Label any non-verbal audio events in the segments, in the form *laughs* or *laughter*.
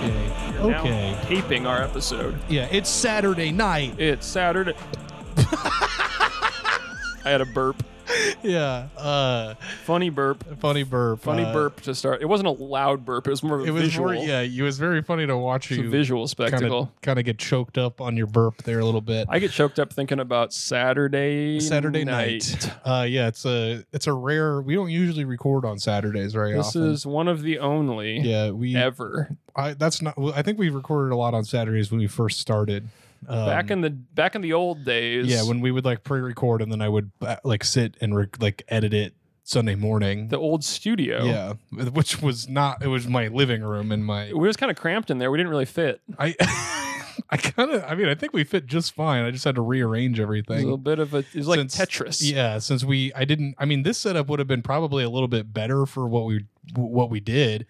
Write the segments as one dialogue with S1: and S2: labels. S1: and
S2: Okay.
S1: now taping our episode.
S2: Yeah, it's Saturday
S1: *laughs*
S2: night.
S1: It's Saturday. I had a burp.
S2: Yeah. Uh,
S1: Funny burp.
S2: funny burp.
S1: Funny
S2: uh,
S1: burp to start. It wasn't a loud burp. It was more of a
S2: It was
S1: visual.
S2: more, yeah, it was very funny to watch
S1: It's a
S2: you
S1: visual spectacle.
S2: kind of get choked up on your burp there a little bit.
S1: I get choked up thinking about Saturday
S2: Saturday night. Uh, yeah, it's a it's a rare. We don't usually record on Saturdays very
S1: This
S2: often.
S1: is one of the only
S2: yeah, we.
S1: ever.
S2: I, that's not. well, I think we recorded a lot on Saturdays when we first started. Um,
S1: back in the back in the old days.
S2: yeah, when we would like pre-record and then I would uh, like sit and rec like edit it Sunday morning.
S1: the old studio.
S2: yeah, which was not. It was my living room and my
S1: We was kind of cramped in there. We didn't really fit.
S2: I. *laughs* I kind of. I mean, I think we fit just fine. I just had to rearrange
S1: It was a
S2: everything.
S1: little bit of a. It was like
S2: Since-
S1: Tetris.
S2: Yeah, since we I didn't I mean this setup would have been probably a little bit better for what we what we did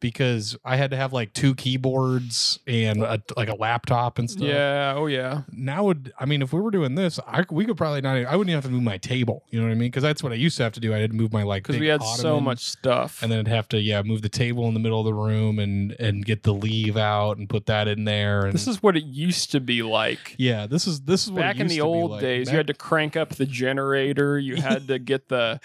S2: because I had to have like two keyboards and a, like a laptop and stuff.
S1: Yeah. Oh yeah.
S2: Now would I mean if we were doing this, I we could probably not even- I wouldn't even have to move my table, you know what I mean? Cuz that's what I used to have to do. I had to move my like
S1: Because
S2: big
S1: we had so
S2: ottoman,
S1: much stuff.
S2: and then I'd have to yeah, move the table in the middle of the room and and get the leave out and put that in there and
S1: this is what it used to be like.
S2: yeah, this is this is what it
S1: Back in
S2: used
S1: the
S2: to be
S1: old
S2: like.
S1: days, you
S2: Back- *laughs*
S1: had to crank up the generator. You had to get the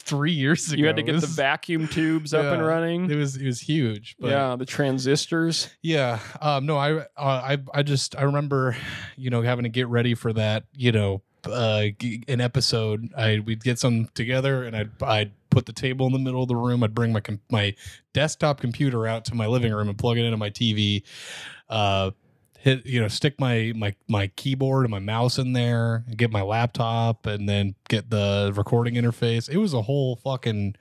S2: three years ago.
S1: you had to get the
S2: This *laughs* is-
S1: vacuum tubes up and
S2: Yeah.
S1: running.
S2: It was it was huge, but
S1: yeah, the transistors.
S2: Yeah. Um, no, I, uh, I, I just, I remember, you know, having to get ready for that, you know, uh, g- an episode. I, we'd get some together and I'd, I'd put the table in the middle of the room. I'd bring my, com- my desktop computer out to my living room and plug it into my TV, uh, hit, you know, stick my, my, my keyboard and my mouse in there and get my laptop and then get the recording interface. It was a whole fucking,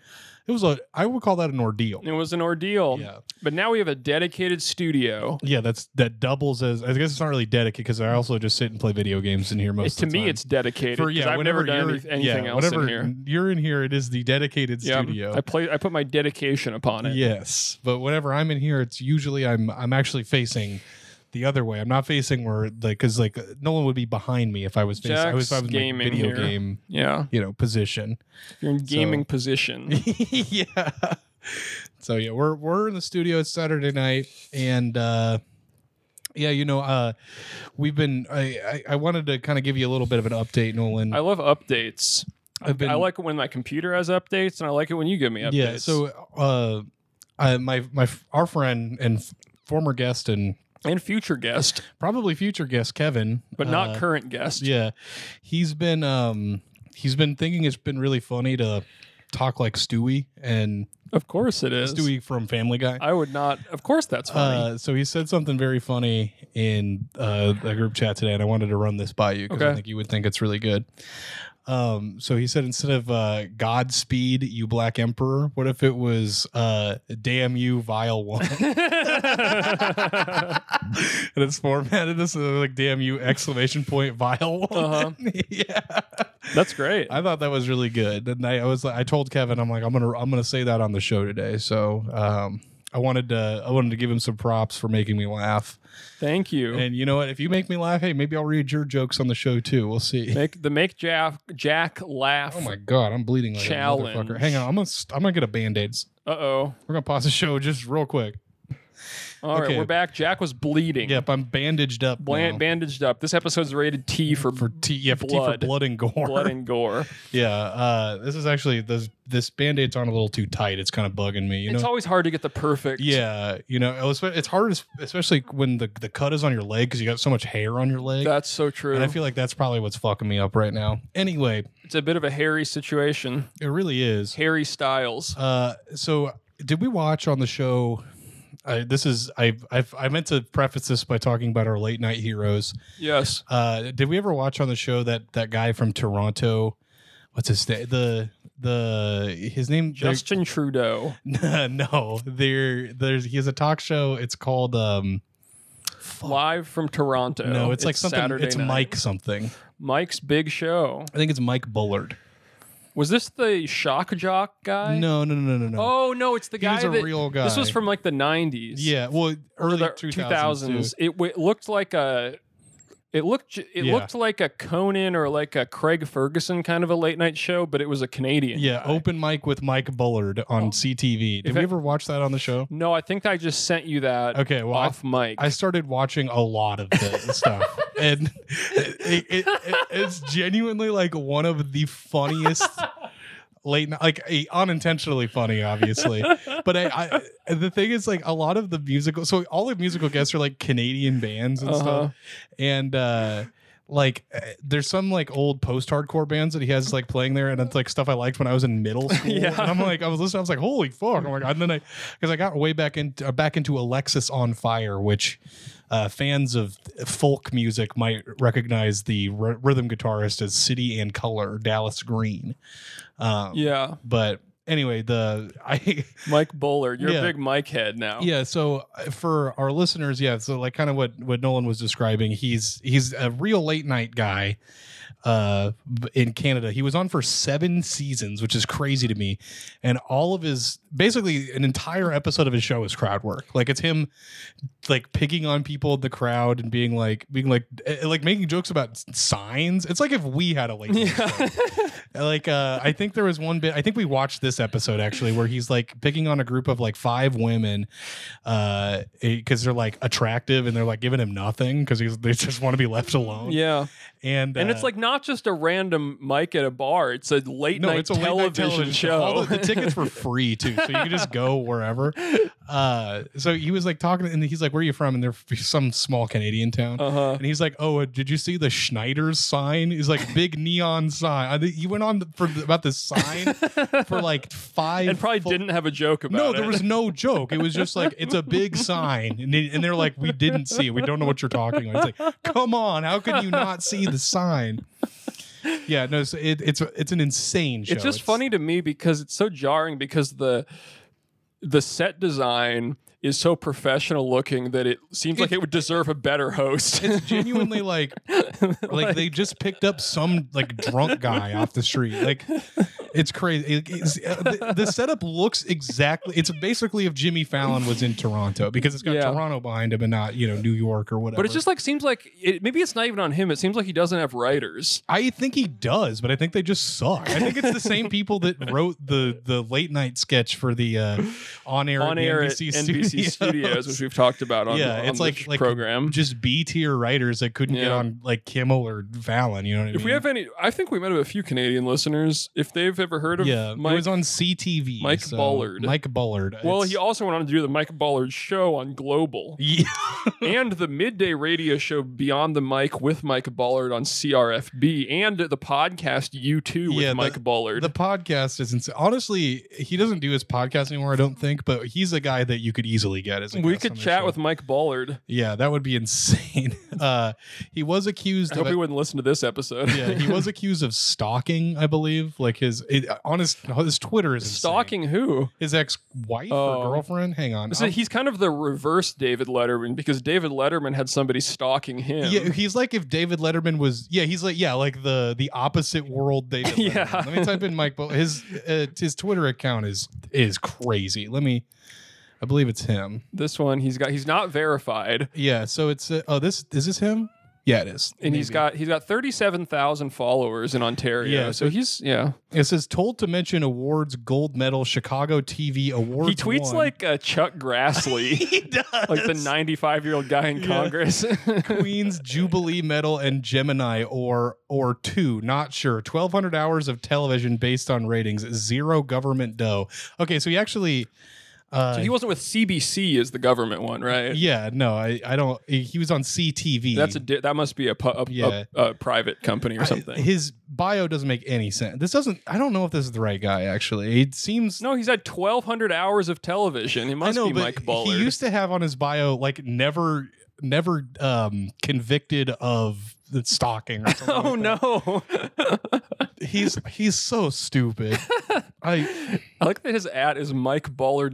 S2: it was a, I would call that an ordeal.
S1: It was an ordeal.
S2: Yeah.
S1: But now we have a dedicated studio.
S2: Yeah, that's that doubles as I guess it's not really dedicated because I also just sit and play video games in here most.
S1: It's,
S2: of the
S1: to me,
S2: time.
S1: it's dedicated.
S2: for
S1: 'cause
S2: yeah.
S1: I've
S2: whenever
S1: never done
S2: you're
S1: any- anything
S2: yeah,
S1: else
S2: whenever
S1: in here.
S2: you're in here, it is the dedicated
S1: Yeah,
S2: studio.
S1: I play. I put my dedication upon it.
S2: yes, but whenever I'm in here, it's usually I'm I'm actually facing the other way. I'm not facing where like because like no one would be behind me if I was facing. I was, if I
S1: Jack's
S2: was in
S1: gaming
S2: like video
S1: here.
S2: game
S1: Yeah,
S2: you know position.
S1: you're in gaming
S2: So-
S1: position.
S2: *laughs* yeah. So yeah, we're we're in the studio. It's Saturday night, and uh, yeah, you know, uh, we've been. I, I I wanted to kind of give you a little bit of an update, Nolan.
S1: I love updates.
S2: I've been.
S1: I like it when my computer has updates, and I like it when you give me updates.
S2: yeah. So uh, I, my my our friend and f- former guest and
S1: and future guest,
S2: probably future guest Kevin,
S1: but not
S2: uh,
S1: current guest.
S2: Yeah, he's been um he's been thinking it's been really funny to talk like Stewie and
S1: Of course it is.
S2: Stewie from Family Guy.
S1: I would not. Of course that's funny. *laughs*
S2: Uh, so he said something very funny in uh, the group chat today, and I wanted to run this by you because I
S1: Okay.
S2: think you would think it's really good. Um, so he said instead of uh, Godspeed, you black emperor, what if it was uh, Damn you, vile one?
S1: uh
S2: and it's formatted this uh, like Damn you, exclamation point, vile one.
S1: huh.
S2: *laughs* yeah,
S1: Uh-huh. That's great.
S2: I thought that was really good, and I, I was like, I told Kevin, I'm like, I'm gonna, I'm gonna say that on the show today. So. Um, I wanted to, I wanted to give him some props for making me laugh.
S1: Thank you.
S2: And you know what? If you make me laugh, hey, maybe I'll read your jokes on the show too. We'll see.
S1: Make the make Jack Jack laugh.
S2: Oh my god, I'm bleeding like a
S1: Challenge.
S2: motherfucker. Hang on, I'm gonna st- I'm gonna get a band aid.
S1: Uh oh.
S2: We're gonna pause the show just real quick.
S1: All right,
S2: Okay.
S1: we're back. Jack was bleeding.
S2: Yep, I'm bandaged up.
S1: Blan-
S2: now.
S1: bandaged up. This episode's rated T for
S2: for T, yeah, for, blood.
S1: Blood.
S2: for blood and gore. *laughs*
S1: blood and gore.
S2: yeah, uh, this is actually this this band aid's on a little too tight. It's kind of bugging me. You know.
S1: it's always hard to get the perfect.
S2: yeah, you know, it was- it's hard, es- especially when the, the cut is on your leg because you got so much hair on your leg.
S1: That's so true.
S2: and I feel like that's probably what's fucking me up right now. Anyway,
S1: it's a bit of a hairy situation.
S2: it really is.
S1: Harry Styles.
S2: Uh, so did we watch on the show? I, this is I I've, I meant to preface this by talking about our late night heroes.
S1: Yes.
S2: Uh, did we ever watch on the show that that guy from Toronto? What's his name? The the his name
S1: Justin Trudeau.
S2: *laughs* no there there's he has a talk show. It's called um
S1: Live from Toronto.
S2: no it's, like something
S1: Oh, Saturday
S2: it's
S1: night.
S2: Mike something.
S1: Mike's big show.
S2: I think it's Mike Bullard.
S1: Was this the shock jock guy?
S2: No no no no no.
S1: Oh no, it's the
S2: he
S1: guy
S2: was a
S1: that-
S2: real guy.
S1: This was from like the 90s.
S2: yeah well
S1: Or
S2: early
S1: the
S2: two thousands.
S1: It w- looked like a It looked j- it
S2: Yeah.
S1: looked like a Conan or like a Craig Ferguson kind of a late night show, but it was a Canadian.
S2: Yeah, open mic with Mike Bullard on CTV. Did
S1: Oh. If
S2: we
S1: I-
S2: ever watch that on the show?
S1: No, I think I just sent you that
S2: Okay, well, I,
S1: off mic.
S2: I started watching a lot of the stuff, and it, it, it, it's genuinely like one of the funniest late night, like eh, unintentionally funny, obviously. But I, I, the thing is, like a lot of the musical, so all the musical guests are like Canadian bands and
S1: Uh-huh.
S2: stuff, and. uh like eh, there's some like old post-hardcore bands that he has like playing there and it's like stuff i liked when i was in middle school
S1: Yeah.
S2: and i'm like i was listening i was like holy fuck oh my god and then i because i got way back into uh, back into alexis on fire which uh, fans of folk music might recognize the r- rhythm guitarist as City and Color Dallas Green. Um,
S1: yeah,
S2: But anyway, the *laughs* I
S1: Mike Bullard, you're
S2: Yeah.
S1: a big Mike head now.
S2: yeah. So uh, for our listeners, yeah. So like kind of what what Nolan was describing, he's he's a real late night guy uh b- in Canada. He was on for 7 seasons, which is crazy to me. And all of his basically an entire episode of his show is crowd work. Like it's him like picking on people in the crowd and being like being like eh, like making jokes about s- signs. It's like if we had a late night show.
S1: Yeah. *laughs*
S2: like uh i think there was one bit i think we watched this episode actually where he's like picking on a group of like five women uh because they're like attractive and they're like giving him nothing because they just want to be left alone
S1: Yeah.
S2: and
S1: And
S2: uh,
S1: it's like not just a random mic at a bar. It's a late,
S2: no
S1: night,
S2: it's a
S1: television
S2: late night television show All
S1: *laughs*
S2: the, the tickets were free too so you could just go wherever uh so he was like talking and he's like where are you from and they're f- some small canadian town
S1: uh huh.
S2: And he's like, "Oh, uh, did you see the Schneider's sign? He's like big neon sign." I think he went on for about this
S1: *laughs*
S2: sign for like five. *laughs*
S1: And probably
S2: full-
S1: didn't have a joke about
S2: No,
S1: it.
S2: there was no joke. It was just like it's a big sign, and, they- and they're like, "We didn't see it. We don't know what you're talking about." It's like, come on, how could you not see the sign? Yeah, no, so it, it's it's an insane show.
S1: *laughs* It's just funny to me because it's so jarring because the the set design is so professional looking that it seems like it would deserve a better host.
S2: It's genuinely like, like they just picked up some like drunk guy off the street. Like it's crazy. It- it's- uh, the, the setup looks exactly. It's basically if Jimmy Fallon was in Toronto because it's got
S1: Yeah.
S2: Toronto behind him and not you know New York or whatever.
S1: *laughs* but it just like seems like it, maybe it's not even on him. It seems like he doesn't have writers.
S2: I think he does, but I think they just suck. I think it's the same people
S1: *laughs*
S2: that wrote the the late night sketch for the uh, on air
S1: on air
S2: NBC,
S1: at NBC
S2: *laughs*
S1: Studios. which we've talked about on,
S2: Yeah,
S1: on
S2: it's
S1: the
S2: like-
S1: sh-
S2: like-
S1: program.
S2: Just B tier writers that couldn't get
S1: Yeah.
S2: on like Kimmel or Fallon. You know what I mean?
S1: If we have any, I think we might have a few Canadian listeners. If they've ever heard of
S2: yeah, it
S1: Mike,
S2: was on CTV.
S1: Mike
S2: so-
S1: Bullard.
S2: Mike Bullard. *laughs*
S1: well,
S2: It's-
S1: he also went on to do the Mike Ballard show on Global
S2: Yeah.
S1: and the midday radio show Beyond the Mic with Mike Ballard on CRFB and the podcast You Too with
S2: Yeah, the-
S1: Mike Ballard.
S2: The podcast is insane. Honestly, he doesn't do his podcast anymore, I don't think, but he's a guy that you could easily get as a
S1: we
S2: guest
S1: could
S2: on the
S1: chat
S2: show.
S1: with Mike Ballard.
S2: Yeah, that would be *laughs* insane. Uh, he was accused
S1: I hope
S2: of
S1: he wouldn't listen to this episode.
S2: yeah, he
S1: *laughs*
S2: was accused of stalking, I believe. Like his it, on his his Twitter is insane.
S1: Stalking who?
S2: his ex-wife
S1: Oh.
S2: or girlfriend. Hang on.
S1: So
S2: I'm-
S1: he's kind of the reverse David Letterman because David Letterman had somebody stalking him.
S2: Um, yeah, he's like if David Letterman was. Yeah, he's like yeah, like the the opposite world David. Letterman.
S1: *laughs* Yeah.
S2: Let me type in Mike. Bo- his uh, his Twitter account is is crazy. Let me. I believe it's him.
S1: This one he's got he's not verified.
S2: Yeah. So it's uh, oh this is this him? Yeah, it is.
S1: And he's
S2: Maybe.
S1: got he's got thirty seven thousand followers in Ontario.
S2: Yeah,
S1: so he's yeah.
S2: It says told to mention awards gold medal Chicago TV awards.
S1: He tweets
S2: won."
S1: like uh, Chuck
S2: *laughs*
S1: Grassley,
S2: he does
S1: like the ninety five year old guy in
S2: Yeah. *laughs*
S1: Congress.
S2: Queen's Jubilee Medal and Gemini or or two, not sure. Twelve hundred hours of television based on ratings, zero government dough. Okay, so he actually uh
S1: So he wasn't with CBC as the government one, right?
S2: yeah, no, I, I don't he he was on CTV.
S1: That's a di- that must be a, pu- a,
S2: Yeah.
S1: a, a private company or something.
S2: his bio doesn't make any sense. This doesn't I don't know if this is the right guy actually. It seems
S1: no, he's had twelve hundred hours of television. It
S2: I
S1: must
S2: know,
S1: be
S2: but
S1: Mike Bullard.
S2: he used to have on his bio like never never um convicted of the stalking or
S1: *laughs*
S2: something.
S1: *laughs* oh
S2: like that.
S1: no! *laughs*
S2: He's he's so stupid. I
S1: I like that his ad is Mike Ballard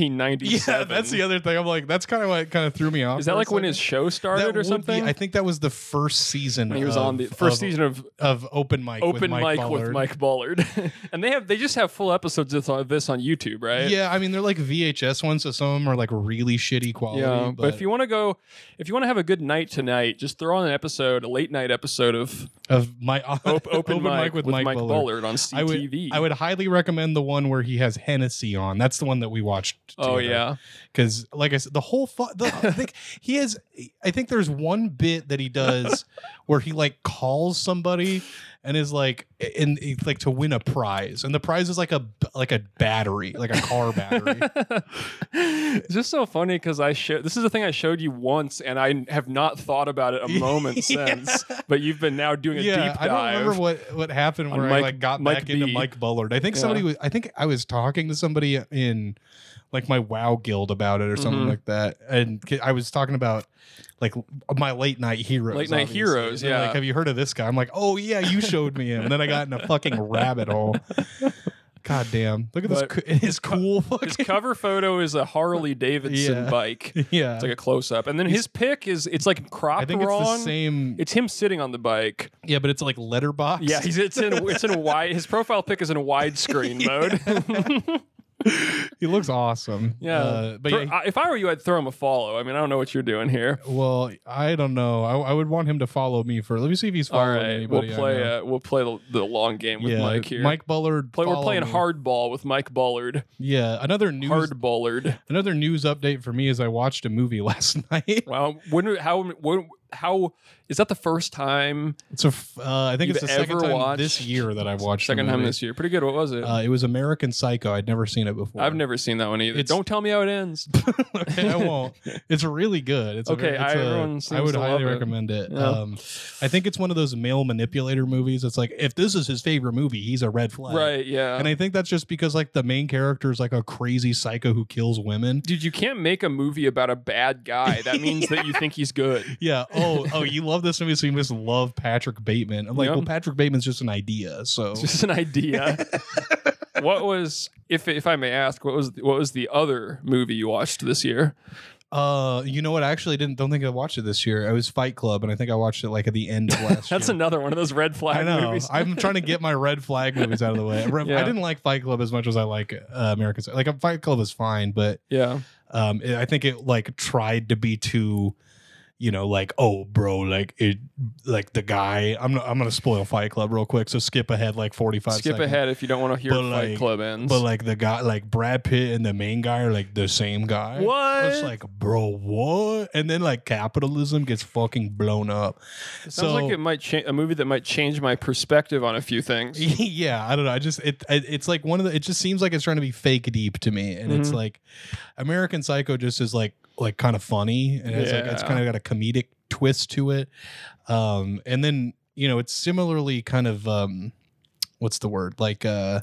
S1: 1997.
S2: Yeah, that's the other thing. I'm like, that's kind of what kind of threw me off.
S1: Is that
S2: for a
S1: like when
S2: second.
S1: his show
S2: That
S1: started or
S2: would be-
S1: something?
S2: I think that was the first season.
S1: he was
S2: of-
S1: on the first
S2: of-
S1: season of
S2: of open mic. with
S1: Open
S2: Mike
S1: Mic with
S2: Ballard.
S1: Mike Ballard, *laughs* and they have they just have full episodes of this on, this on YouTube, right?
S2: Yeah, I mean they're like VHS ones, so some of them are like really shitty quality.
S1: Yeah,
S2: but,
S1: but, if you want to go, if you want to have a good night tonight, just throw on an episode, a late night episode of
S2: of my
S1: *laughs*
S2: *laughs*
S1: Op- Open, Mic with, Mike, Bullard
S2: Bullard.
S1: on CTV.
S2: I would, I would highly recommend the one where he has Hennessy on. That's the one that we watched.
S1: oh yeah, *laughs*
S2: because like I said, the whole fu- the, I think he has. I think there's one bit that he does where he like calls somebody and is like and it's like to win a prize, and the prize is like a like a battery, like a car battery.
S1: it's just so funny because I showed this is the thing I showed you once, and I have not thought
S2: *laughs*
S1: about it a moment
S2: Yeah.
S1: since. But you've been now doing a
S2: yeah,
S1: deep dive.
S2: I don't remember what what happened
S1: on
S2: where I
S1: Mike-
S2: like got
S1: Mike
S2: back into
S1: B.
S2: Mike Bullard. I think
S1: Yeah.
S2: somebody was. I think I was talking to somebody in like my WoW guild about it or something
S1: Mhm.
S2: like that, and ki- I was talking about like my late night heroes.
S1: Late night
S2: obviously.
S1: heroes,
S2: And they're
S1: yeah.
S2: Like, have you heard of this guy? I'm like, oh yeah, you showed me him. And then I got in a
S1: *laughs*
S2: fucking rabbit hole. God damn! Look at
S1: But-
S2: this. Co- *laughs* his cool
S1: His
S2: fucking.
S1: cover photo is
S2: *laughs*
S1: a Harley Davidson
S2: Yeah.
S1: bike.
S2: *laughs* yeah.
S1: It's like a close up, and then his pick is it's like
S2: I
S1: crop
S2: think it's the
S1: wrong.
S2: same.
S1: It's him sitting on the bike.
S2: yeah, but it's like letterbox.
S1: Yeah, he's it's in it's in wide. His profile pic is in widescreen mode.
S2: *laughs*
S1: *laughs*
S2: he looks awesome.
S1: yeah,
S2: Uh, but
S1: Throw-
S2: yeah,
S1: I- if I were you, I'd throw him a follow. I mean, I don't know what you're doing here.
S2: Well, I don't know. I, I would want him to follow me first. Let me see if he's
S1: All
S2: following
S1: right, we'll
S2: anybody. I
S1: play.
S2: know.
S1: Uh, we'll play the, the long game with
S2: yeah,
S1: Mike here.
S2: Mike Bullard.
S1: Play, we're
S2: follow
S1: playing
S2: me.
S1: hardball with Mike Bullard.
S2: Yeah, another news. *laughs*
S1: Hard Bullard.
S2: Another news update for me is I watched a movie *laughs* last night.
S1: Wow. When? How? When, how? Is that the first time?
S2: It's a. f- Uh, I think it's the
S1: You've
S2: second
S1: ever
S2: time
S1: watched-
S2: this year that I've watched. the
S1: Second time
S2: movie.
S1: this year. Pretty good. What was it?
S2: Uh, it was American Psycho. I'd never seen it before.
S1: I've never *laughs* seen that one either.
S2: it's-
S1: Don't tell me how it ends. *laughs*
S2: okay, *laughs* I won't. It's really good. It's
S1: Okay,
S2: A, very- it's
S1: I-
S2: a-
S1: everyone
S2: I
S1: seems
S2: would
S1: to
S2: highly
S1: love it.
S2: recommend it.
S1: Yeah.
S2: Um, I think it's one of those male manipulator movies. It's like if this is his favorite movie, he's a red flag.
S1: right. Yeah.
S2: And I think that's just because like the main character is like a crazy psycho who kills women.
S1: Dude, you can't make a movie about a bad
S2: *laughs*
S1: guy. That means that you think he's good.
S2: Yeah. Oh, oh, you love this movie, so you must love Patrick Bateman. I'm like,
S1: Yeah.
S2: well, Patrick Bateman's just an idea. So
S1: It's just
S2: *laughs*
S1: an idea. what was if if I may ask, what was what was the other movie you watched this year?
S2: uh you know what? I actually didn't don't think I watched it this year. I was Fight Club, and I think I watched it like at the end of
S1: *laughs*
S2: last
S1: That's
S2: year.
S1: another one of those red flag
S2: I know.
S1: movies.
S2: I'm trying to get my red flag movies out of the way. Re-
S1: Yeah.
S2: I didn't like Fight Club as much as I like uh, American. Psycho. Like uh, Fight Club is fine, but
S1: yeah.
S2: um it- i think it like tried to be too you know like oh bro like it like the guy i'm not, i'm gonna spoil fight club real quick so skip ahead like 45
S1: Skip
S2: seconds.
S1: ahead if you don't want to hear
S2: But,
S1: Fight
S2: like-
S1: Club ends.
S2: but like the guy like brad pitt and the main guy are like the same guy
S1: what?
S2: I was like, bro, what? And then like capitalism gets fucking blown up.
S1: Sounds
S2: so-
S1: like it might cha- a movie that might change my perspective on a few things.
S2: *laughs* yeah, I don't know. I just it, it it's like one of the. It just seems like it's trying to be fake deep to me, and it's
S1: Mhm.
S2: like American Psycho just is like like kind of funny, and it's like it's
S1: Yeah.
S2: kind of got a comedic twist to it. Um, and then you know it's similarly kind of um, what's the word like uh.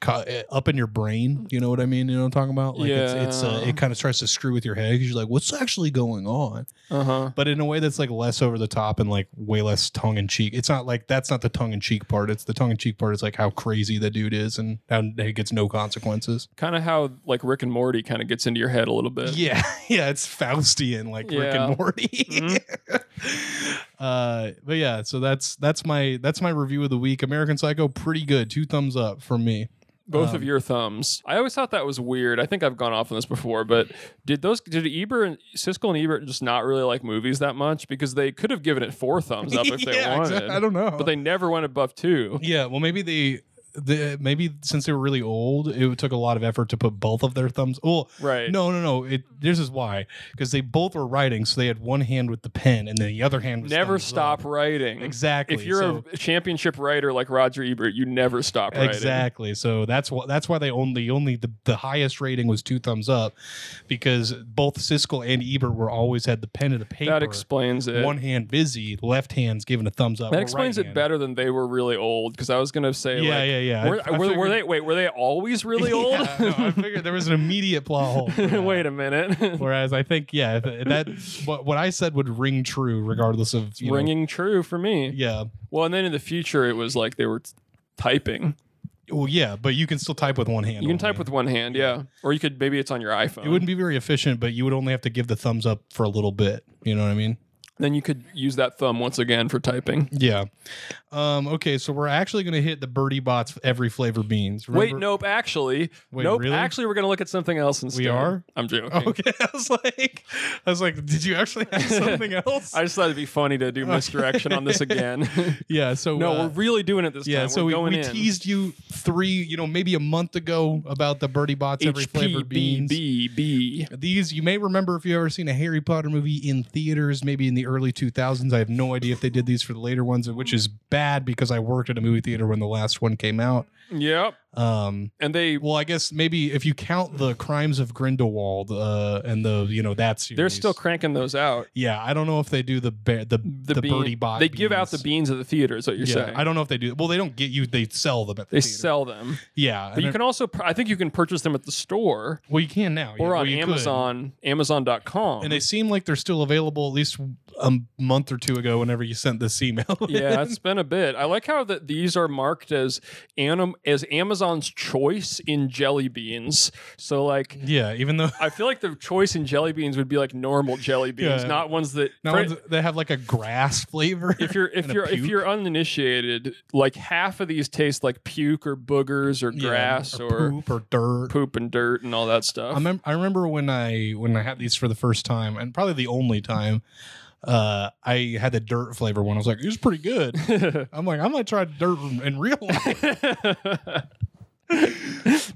S2: ca- eh, Up in your brain, you know what I mean. You know what I'm talking about. Like it's, it's uh,
S1: Yeah.
S2: it kind of tries to screw with your head 'cause you're like, what's actually going on?
S1: Uh huh.
S2: but in a way that's like less over the top and like way less tongue in cheek. It's not like that's not the tongue in cheek part. It's the tongue in cheek part is like how crazy the dude is and how he gets no consequences.
S1: Kind of how like Rick and Morty kind of gets into your head a little bit.
S2: Yeah, *laughs* yeah, it's Faustian like Rick
S1: Yeah. Mm-hmm.
S2: and Morty. *laughs* uh, but yeah, so that's that's my that's my review of the week. American Psycho, pretty good. Two thumbs up from me.
S1: both of
S2: Um,
S1: your thumbs. I always thought that was weird. I think I've gone off on this before, but did those did Eber and Siskel and Ebert just not really like movies that much because they could have given it four thumbs
S2: *laughs*
S1: up if they
S2: Yeah,
S1: wanted,
S2: exact- I don't know,
S1: but they never went above two.
S2: Yeah, well, maybe they, the maybe since they were really old, it took a lot of effort to put both of their thumbs. Well,
S1: Right.
S2: No, no, no. It this is why because they both were writing, so they had one hand with the pen and then the other hand. Was
S1: Never
S2: thumbs
S1: stop
S2: up.
S1: writing.
S2: Exactly.
S1: If you're
S2: so,
S1: a championship writer like Roger Ebert, you never stop writing.
S2: exactly, so that's why that's why they only only the, the highest rating was two thumbs up, because both Siskel and Ebert were always had the pen and the paper.
S1: That explains it.
S2: one hand busy, left hand's giving a thumbs up.
S1: that
S2: or
S1: explains
S2: right
S1: it
S2: hand.
S1: better than they were really old because I was gonna say
S2: Yeah,
S1: like
S2: yeah, yeah.
S1: Were,
S2: I- I
S1: were, were
S2: figured-
S1: they wait were they always really old?
S2: *laughs* Yeah, no, I figured there was an immediate plot hole.
S1: *laughs*
S2: for that.
S1: wait a minute.
S2: Whereas I think, yeah, if- that what, what I said would ring true regardless of you know,
S1: Ringing true for me.
S2: yeah,
S1: Well, and then in the future, it was like they were t- typing.
S2: Well, yeah, but you can still type with one hand.
S1: You can
S2: only.
S1: type with one hand, yeah. Or you could maybe it's on your iPhone.
S2: It wouldn't be very efficient, but you would only have to give the thumbs up for a little bit. You know what I mean?
S1: Then you could use that thumb once again for typing.
S2: Yeah. Um, okay, so we're actually going to hit the Birdie Bots every flavor beans.
S1: Wait,
S2: Remember-
S1: nope. Actually,
S2: Wait,
S1: nope.
S2: really?
S1: Actually, we're gonna look at something else instead.
S2: are?
S1: I'm joking.
S2: *laughs* Okay, I was like, I was like, did you actually
S1: *laughs*
S2: have something else?
S1: I just thought it'd be funny
S2: *laughs*
S1: to do misdirection on this again.
S2: yeah. So
S1: no,
S2: uh,
S1: we're really doing it this
S2: yeah.
S1: time.
S2: So
S1: we're
S2: we,
S1: going
S2: we
S1: in.
S2: teased you three, you know, maybe a month ago about the Birdie Bots every flavor beans.
S1: HPBBB.
S2: These you may remember if you've ever seen a Harry Potter movie in theaters, maybe in the early 2000s. I have no idea if they did these for the later ones, which is bad because I worked at a movie theater when the last one came out.
S1: Yep.
S2: Um,
S1: And they
S2: well, I guess maybe if you count the Crimes of Grindelwald uh, and the you know that series,
S1: they're still cranking those out.
S2: yeah. I don't know if they do the bear, the the,
S1: The, bean-
S2: birdie bot.
S1: They give out the
S2: beans.
S1: beans at the theater. Is what you're
S2: Yeah,
S1: saying?
S2: I don't know if they do. Well, they don't get you. They sell them at the
S1: they
S2: theater.
S1: sell them,
S2: Yeah,
S1: but you can also. pr- I think you can purchase them at the store
S2: Well, you can now. yeah,
S1: or
S2: well,
S1: on
S2: you could.
S1: Amazon, Amazon.com.
S2: And they seem like they're still available. At least a month or two ago, whenever you sent this email.
S1: yeah, it's been a bit. I like how that these are marked as anim- as Amazon's choice in jelly beans. So like
S2: *laughs* yeah. Even though
S1: I feel like the choice in jelly beans would be like normal jelly beans,
S2: Yeah.
S1: not ones that
S2: now
S1: Fre-
S2: they have like a grass flavor.
S1: if you're if
S2: and a
S1: you're if
S2: puke.
S1: you're uninitiated, like half of these taste like puke or boogers or
S2: *laughs* Yeah,
S1: grass or,
S2: poop or dirt.
S1: poop and dirt and all that stuff.
S2: I, mem- I remember when I when I had these for the first time, and probably the only time. Uh, I had the dirt flavor one. I was like, it was pretty
S1: *laughs*
S2: good. I'm like, I might try dirt in real life.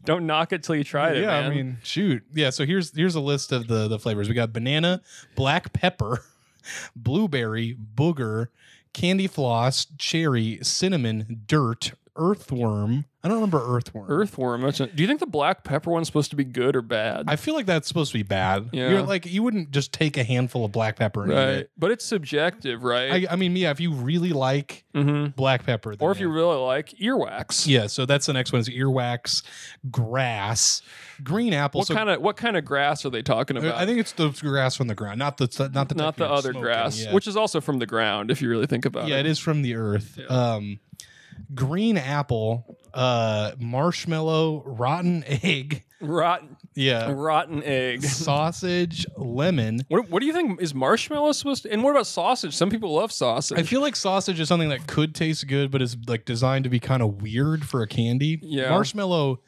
S1: Don't knock it till you try it.
S2: yeah,
S1: man.
S2: I mean, shoot. Yeah, so here's here's a list of the the flavors. We got banana, black pepper, *laughs* blueberry, booger, candy floss, cherry, cinnamon, dirt, earthworm. I don't remember earthworm.
S1: earthworm. that's a- Do you think the black pepper one's supposed to be good or bad?
S2: I feel like that's supposed to be bad.
S1: Yeah.
S2: You're like you wouldn't just take a handful of black pepper and eat
S1: right,
S2: it.
S1: but it's subjective, right?
S2: I, I mean, yeah, if you really like
S1: mm-hmm.
S2: black pepper, then
S1: Or if you
S2: yeah.
S1: really like earwax.
S2: yeah, so that's the next one is earwax, grass, green apple.
S1: What
S2: so
S1: kind of what kind of grass are they talking about?
S2: I think it's the grass from the ground, not the not the type
S1: not the
S2: you're
S1: other
S2: smoking,
S1: grass,
S2: yeah.
S1: which is also from the ground if you really think about
S2: yeah, it
S1: it.
S2: is from the earth.
S1: Yeah.
S2: Um, green apple, uh, marshmallow, rotten *laughs* egg,
S1: Rotten
S2: yeah,
S1: rotten egg.
S2: sausage, lemon.
S1: What, what do you think is marshmallow supposed to? And what about sausage? Some people love sausage.
S2: I feel like sausage is something that could taste good, but is like designed to be kind of weird for a candy.
S1: Yeah.
S2: marshmallow.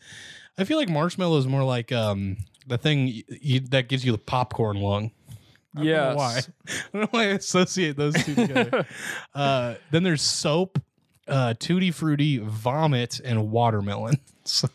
S2: I feel like marshmallow is more like um the thing y you, that gives you the popcorn lung. I don't know
S1: yes.
S2: why. *laughs* I don't know why I associate those two
S1: *laughs*
S2: together. uh, then there's soap, uh, tutti frutti, vomit, and watermelon. *laughs* So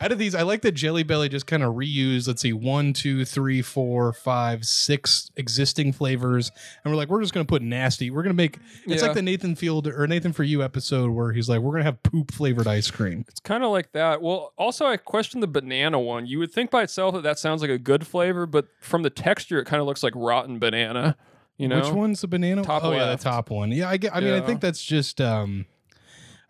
S2: out of these, I like that Jelly Belly just kind of reused, let's see, one, two, three, four, five, six existing flavors. And we're like, we're just going to put nasty. We're going to make it's
S1: Yeah.
S2: like the Nathan Field or Nathan for You episode where he's like, we're going to have poop flavored ice cream.
S1: It's kind of like that. Well, also I question the banana one. You would think by itself that that sounds like a good flavor, but from the texture, it kind of looks like rotten banana. You know,
S2: Which one's the banana?
S1: Top
S2: oh yeah, the
S1: left.
S2: top one. Yeah, I get, I mean, I
S1: Yeah.
S2: think that's just. um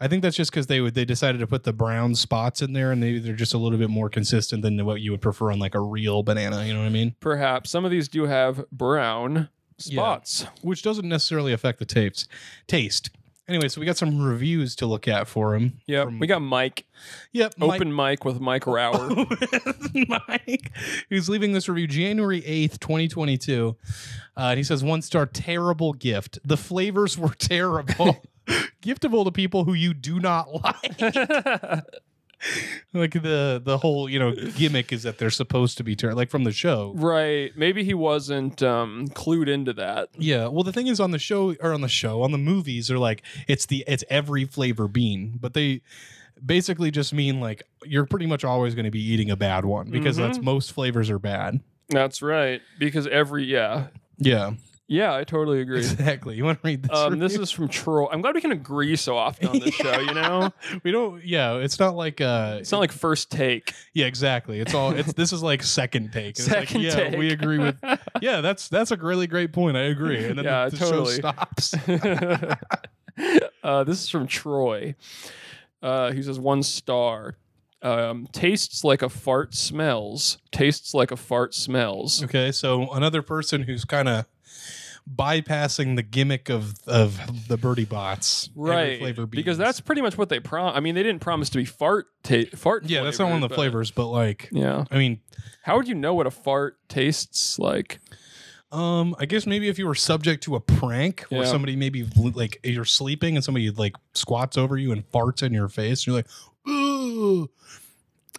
S2: I think that's just because they would they decided to put the brown spots in there, and maybe they're just a little bit more consistent than what you would prefer on like a real banana. You know what I mean?
S1: Perhaps some of these do have brown spots.
S2: Which doesn't necessarily affect the tapes taste. Anyway, so we got some reviews to look at for him.
S1: Yeah, we got Mike.
S2: Yep. Mike-
S1: Open mic with Mike
S2: *laughs*
S1: Rauer.
S2: Mike, who's leaving this review January 8th, 2022. Uh, and he says, One star, terrible gift. The flavors were *laughs* terrible. Giftable to people who you do not *laughs* like. like the the whole, you know, gimmick is that they're supposed to be terrible, like from the show.
S1: *laughs* right. Maybe he wasn't um, clued into that.
S2: Yeah. Well, the thing is, on the show or on the show, on the movies, they're like it's the it's every flavor bean, but they basically just mean like you're pretty much always going to be eating a bad one because that's most flavors are bad.
S1: That's right. Because every, yeah.
S2: Yeah.
S1: Yeah, I totally agree.
S2: Exactly. You want to read this?
S1: *laughs* Um,
S2: review?
S1: this is from Troy. I'm glad we can agree so often
S2: *laughs*
S1: on this show, you know?
S2: we don't. Yeah, it's not like. uh
S1: It's not like first take. *laughs*
S2: Yeah, exactly. It's all. It's this is like second take. It's like,
S1: Second
S2: yeah,
S1: take.
S2: we agree
S1: *laughs*
S2: with. Yeah, that's that's a really great point. I agree. And then
S1: Yeah,
S2: the, the
S1: totally.
S2: show stops.
S1: uh, this is from Troy. Uh, he says one star. Um, tastes like a fart smells. Tastes like a fart smells.
S2: okay, so another person who's kind of bypassing the gimmick of of the birdie bots, every
S1: right?
S2: Flavor
S1: because
S2: beans.
S1: that's pretty much what they prom. I mean, they didn't promise to be fart ta- fart.
S2: yeah, that's not one of the
S1: flavored,
S2: flavors, but like,
S1: but- Yeah.
S2: I mean,
S1: How would you know what a fart tastes like?
S2: Um, I guess maybe if you were subject to a prank where
S1: Yeah.
S2: somebody maybe like you're sleeping and somebody like squats over you and farts in your face, you're like, ooh,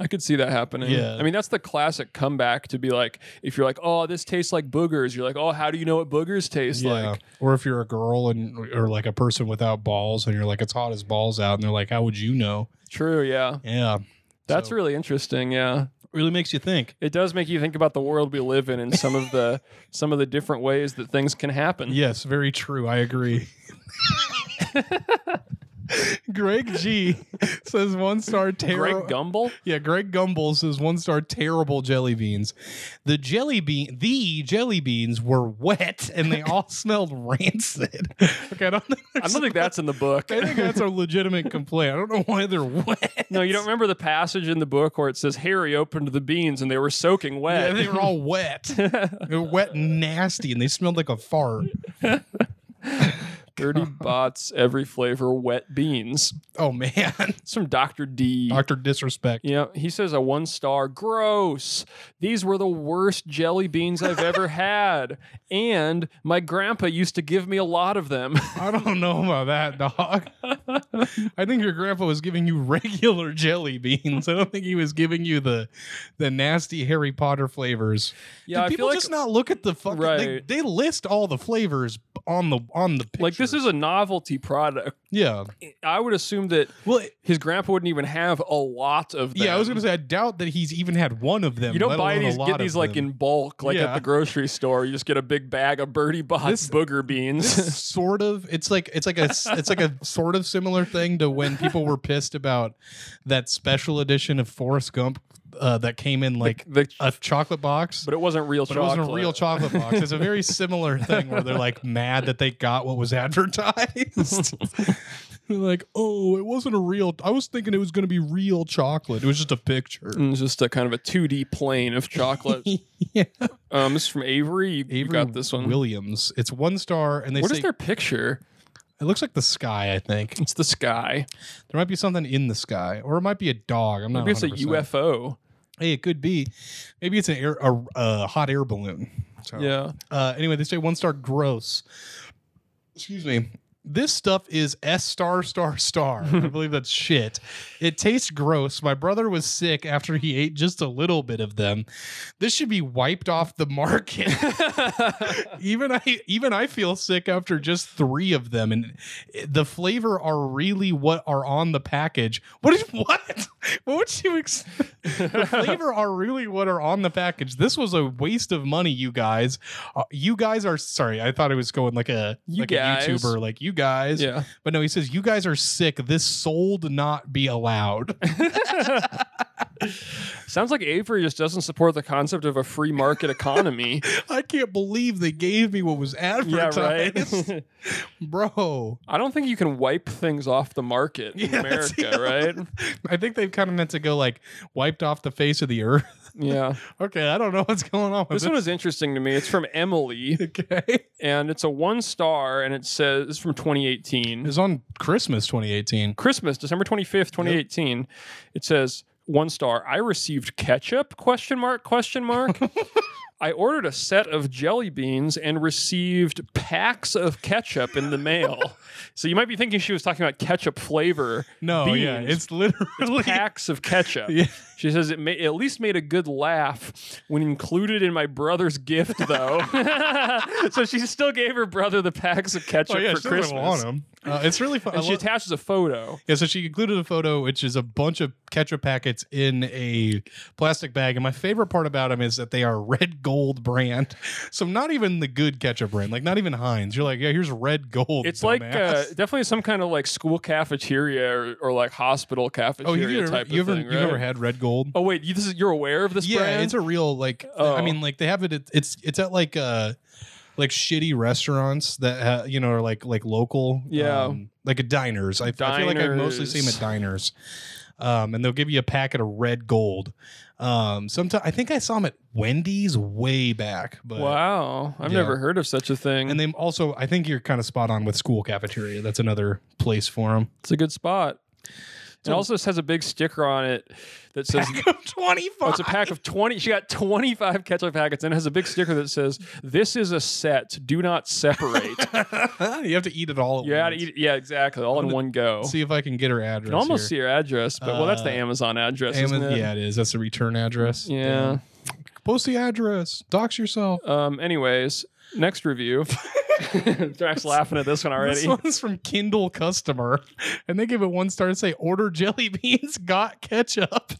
S1: I could see that happening.
S2: Yeah.
S1: I mean, that's the classic comeback to be like, if you're like, oh, this tastes like boogers, you're like, oh, how do you know what boogers taste like?
S2: Or if you're a girl and or like a person without balls and you're like, it's hot as balls out, and they're like, how would you know?
S1: True. Yeah.
S2: Yeah,
S1: That's
S2: So,
S1: really interesting. Yeah.
S2: really makes you think.
S1: It does make you think about the world we live in and some
S2: *laughs*
S1: of the some of the different ways that things can happen.
S2: Yes, very true. I
S1: *laughs*
S2: agree. Greg G says one star terror.
S1: Greg Gumbel?
S2: Yeah, Greg Gumbel says one star terrible jelly beans. The jelly bean, the jelly beans were wet and they *laughs* all smelled rancid. Okay, *laughs* I don't. Think
S1: I don't think that's in the
S2: *laughs*
S1: book.
S2: I think that's a legitimate complaint. I don't know why *laughs* they're wet.
S1: No, you don't remember the passage in the book where it says Harry opened the beans and they were soaking
S2: Yeah,
S1: wet.
S2: they were all *laughs* wet. they were wet and nasty, and they smelled like a fart. *laughs*
S1: 30 bots, every flavor, wet beans.
S2: Oh *laughs* man,
S1: It's from Dr. D.
S2: Doctor Disrespect.
S1: Yeah, he says a one star. Gross. These were the worst jelly beans I've
S2: *laughs*
S1: ever had. And my grandpa used to give me a lot of them. *laughs*
S2: I don't know about that, dog. I think your grandpa was giving you *laughs* regular jelly beans. I don't think he was giving you the the nasty Harry Potter flavors.
S1: yeah,
S2: Did
S1: I
S2: people
S1: feel like
S2: just not look at the fucking?
S1: Right.
S2: They, they list all the flavors on the on the
S1: like this is
S2: pictures.
S1: a novelty product.
S2: yeah.
S1: I would assume that
S2: Well, it-
S1: his grandpa wouldn't even have a lot of them.
S2: yeah. I was gonna say I doubt that he's even had one of them.
S1: You don't
S2: let
S1: buy
S2: alone a
S1: these,
S2: lot
S1: get
S2: of
S1: these like
S2: them.
S1: in *laughs* bulk, like
S2: Yeah.
S1: at the grocery store. You just get a big bag of Birdie Bots
S2: This-
S1: booger beans.
S2: This *laughs* sort of it's like it's like a s- it's like a sort of similar thing to when people were pissed about that special edition of Forrest Gump uh, that came in like
S1: *laughs* The-
S2: a chocolate box.
S1: but it wasn't real
S2: But it
S1: chocolate.
S2: wasn't a real chocolate box. It's a very *laughs* similar thing where they're like mad that they got what was *laughs* advertised. they're like, oh, it wasn't a real. I was thinking it was going to be real chocolate. It was just a picture.
S1: Mm, It's just a kind of a 2D plane of chocolate.
S2: *laughs* yeah.
S1: um, this is from Avery. You, you got this one.
S2: Williams. It's one star, and they
S1: What
S2: say
S1: is their picture?
S2: it looks like the sky. I think
S1: It's the sky.
S2: there might be something in the sky, or it might be a dog. I'm not.
S1: Maybe it's a
S2: 100%.
S1: UFO.
S2: Hey, it could be. Maybe it's an air, a, a hot air balloon. So.
S1: Yeah.
S2: Uh, anyway, they say one star gross. Excuse me. This stuff is S star star star.
S1: *laughs*
S2: I believe that's shit. It tastes gross. My brother was sick after he ate just a little bit of them. This should be wiped off the
S1: *laughs*
S2: market. even I even I feel sick after just 3 of them and the flavor are really what are on the package. What is what? *laughs* What would you ex-
S1: *laughs*
S2: the flavor are really what are on the package. This was a waste of money, you guys. Uh, you guys are sorry. I thought it was going like a
S1: You
S2: like
S1: guys.
S2: a YouTuber, like you guys.
S1: yeah.
S2: But no, he says you guys are sick. This sold not be
S1: *laughs*
S2: allowed.
S1: Sounds like Avery just doesn't support the concept of a free market economy.
S2: *laughs* I can't believe they gave me what was
S1: yeah, right.
S2: advertised, bro.
S1: *laughs* I don't think you can wipe things off the market in
S2: *laughs* Yeah, that's
S1: America,
S2: the other
S1: right?
S2: I think they've kind of meant to go like wiped off the face of the earth. *laughs*
S1: Yeah.
S2: Okay, I don't know what's going on with *laughs*
S1: This
S2: this.
S1: one is interesting to me. It's from Emily
S2: okay,
S1: and it's a one star and it says it's from 2018.
S2: it's on Christmas 2018.
S1: Christmas, December 25th, 2018. It says one star, I received ketchup question mark question
S2: *laughs*
S1: mark. I ordered a set of jelly beans and received packs of ketchup in
S2: *laughs*
S1: the mail. so you might be thinking she was talking about ketchup flavor.
S2: No, yeah,
S1: Beans.
S2: it's literally oh,
S1: Packs of ketchup.
S2: Yeah.
S1: She says it may, at least made a good laugh when included in my brother's gift, though. *laughs* so she still gave her brother the packs of ketchup
S2: oh yeah,
S1: for
S2: she doesn't
S1: Christmas.
S2: want them. Uh, it's really fun. I
S1: *laughs* And she
S2: lo-
S1: attaches a photo.
S2: Yeah, so she included a photo, which is a bunch of ketchup packets in a plastic bag. And my favorite part about them is that they are red gold brand. So not even the good ketchup brand, like not even Heinz. You're like, yeah, here's red gold.
S1: It's like uh,
S2: dumbass.
S1: definitely some kind of like school cafeteria or, or like hospital
S2: oh,
S1: cafeteria
S2: you ever,
S1: type
S2: you
S1: of
S2: ever,
S1: thing,
S2: you've
S1: right?
S2: ever had red gold?
S1: oh wait, you, this is you're aware of this
S2: yeah,
S1: brand?
S2: it's a real like.
S1: Oh.
S2: I mean, like they have it. At, it's it's at like uh like shitty restaurants that ha, you know are like like local.
S1: Yeah.
S2: um, like a diners. I, I feel like I mostly see them
S1: Diners.
S2: at diners. Um, and they'll give you a packet of red gold. Um, sometimes I think I saw them at Wendy's way back, but
S1: wow, I've
S2: Yeah.
S1: never heard of such a thing.
S2: and they also I think you're kind of spot on with school cafeteria. That's another place for them.
S1: it's a good spot. it
S2: So-
S1: also has a big sticker on it that says
S2: *laughs* Twenty
S1: Oh,
S2: five.
S1: it's a pack of 20. She got 25 ketchup packets and it has a big sticker that says, This is a set. Do not separate.
S2: *laughs* you have to eat it all. At
S1: you gotta
S2: once.
S1: eat Yeah, exactly. All in one go.
S2: See if I can get her address.
S1: You can almost
S2: here.
S1: see your address, but well, that's the
S2: Uh,
S1: Amazon address.
S2: Amaz-
S1: isn't it?
S2: yeah, it is. That's the return address.
S1: Yeah.
S2: Post the address. Dox yourself.
S1: Um, anyways, next
S2: *laughs*
S1: review. Jack's laughing at this one
S2: This
S1: already.
S2: one's from Kindle customer, and they give it one star and say, "Order jelly *laughs* beans, got ketchup."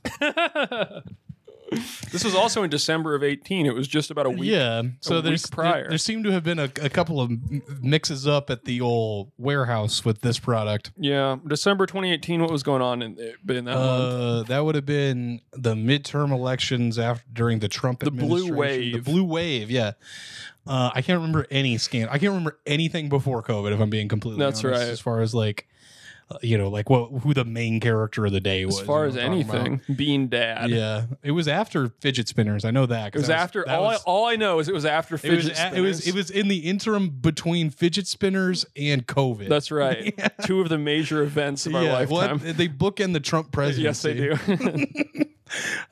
S1: this was also in December of 18. It was just about a week.
S2: yeah. So
S1: week
S2: there's there-
S1: prior.
S2: There, seemed to have been a, a couple of m- mixes up at the old warehouse with this product.
S1: Yeah, December 2018. What was going on in, in that month?
S2: Uh, that would have been the midterm elections after during the Trump
S1: The blue
S2: administration.
S1: wave.
S2: The blue wave, yeah. Uh, I can't remember any scan. I can't remember anything before COVID. If I'm being completely
S1: That's
S2: honest,
S1: right.
S2: As far as like, uh, you know, like what who the main character of the day was.
S1: As far
S2: you
S1: as
S2: know what I'm talking
S1: anything, being
S2: about.
S1: dad.
S2: Yeah, it was after fidget spinners. I know that.
S1: It
S2: 'cause
S1: was
S2: that
S1: after
S2: that
S1: all.
S2: was-
S1: I, all I know is it was after
S2: it was
S1: fidget
S2: a- it was it
S1: spinners.
S2: was in the interim between fidget spinners and COVID. *laughs*
S1: That's right. Two of the major events of our
S2: well,
S1: lifetime.
S2: they bookend the Trump presidency.
S1: yes, they do.
S2: *laughs*
S1: *laughs*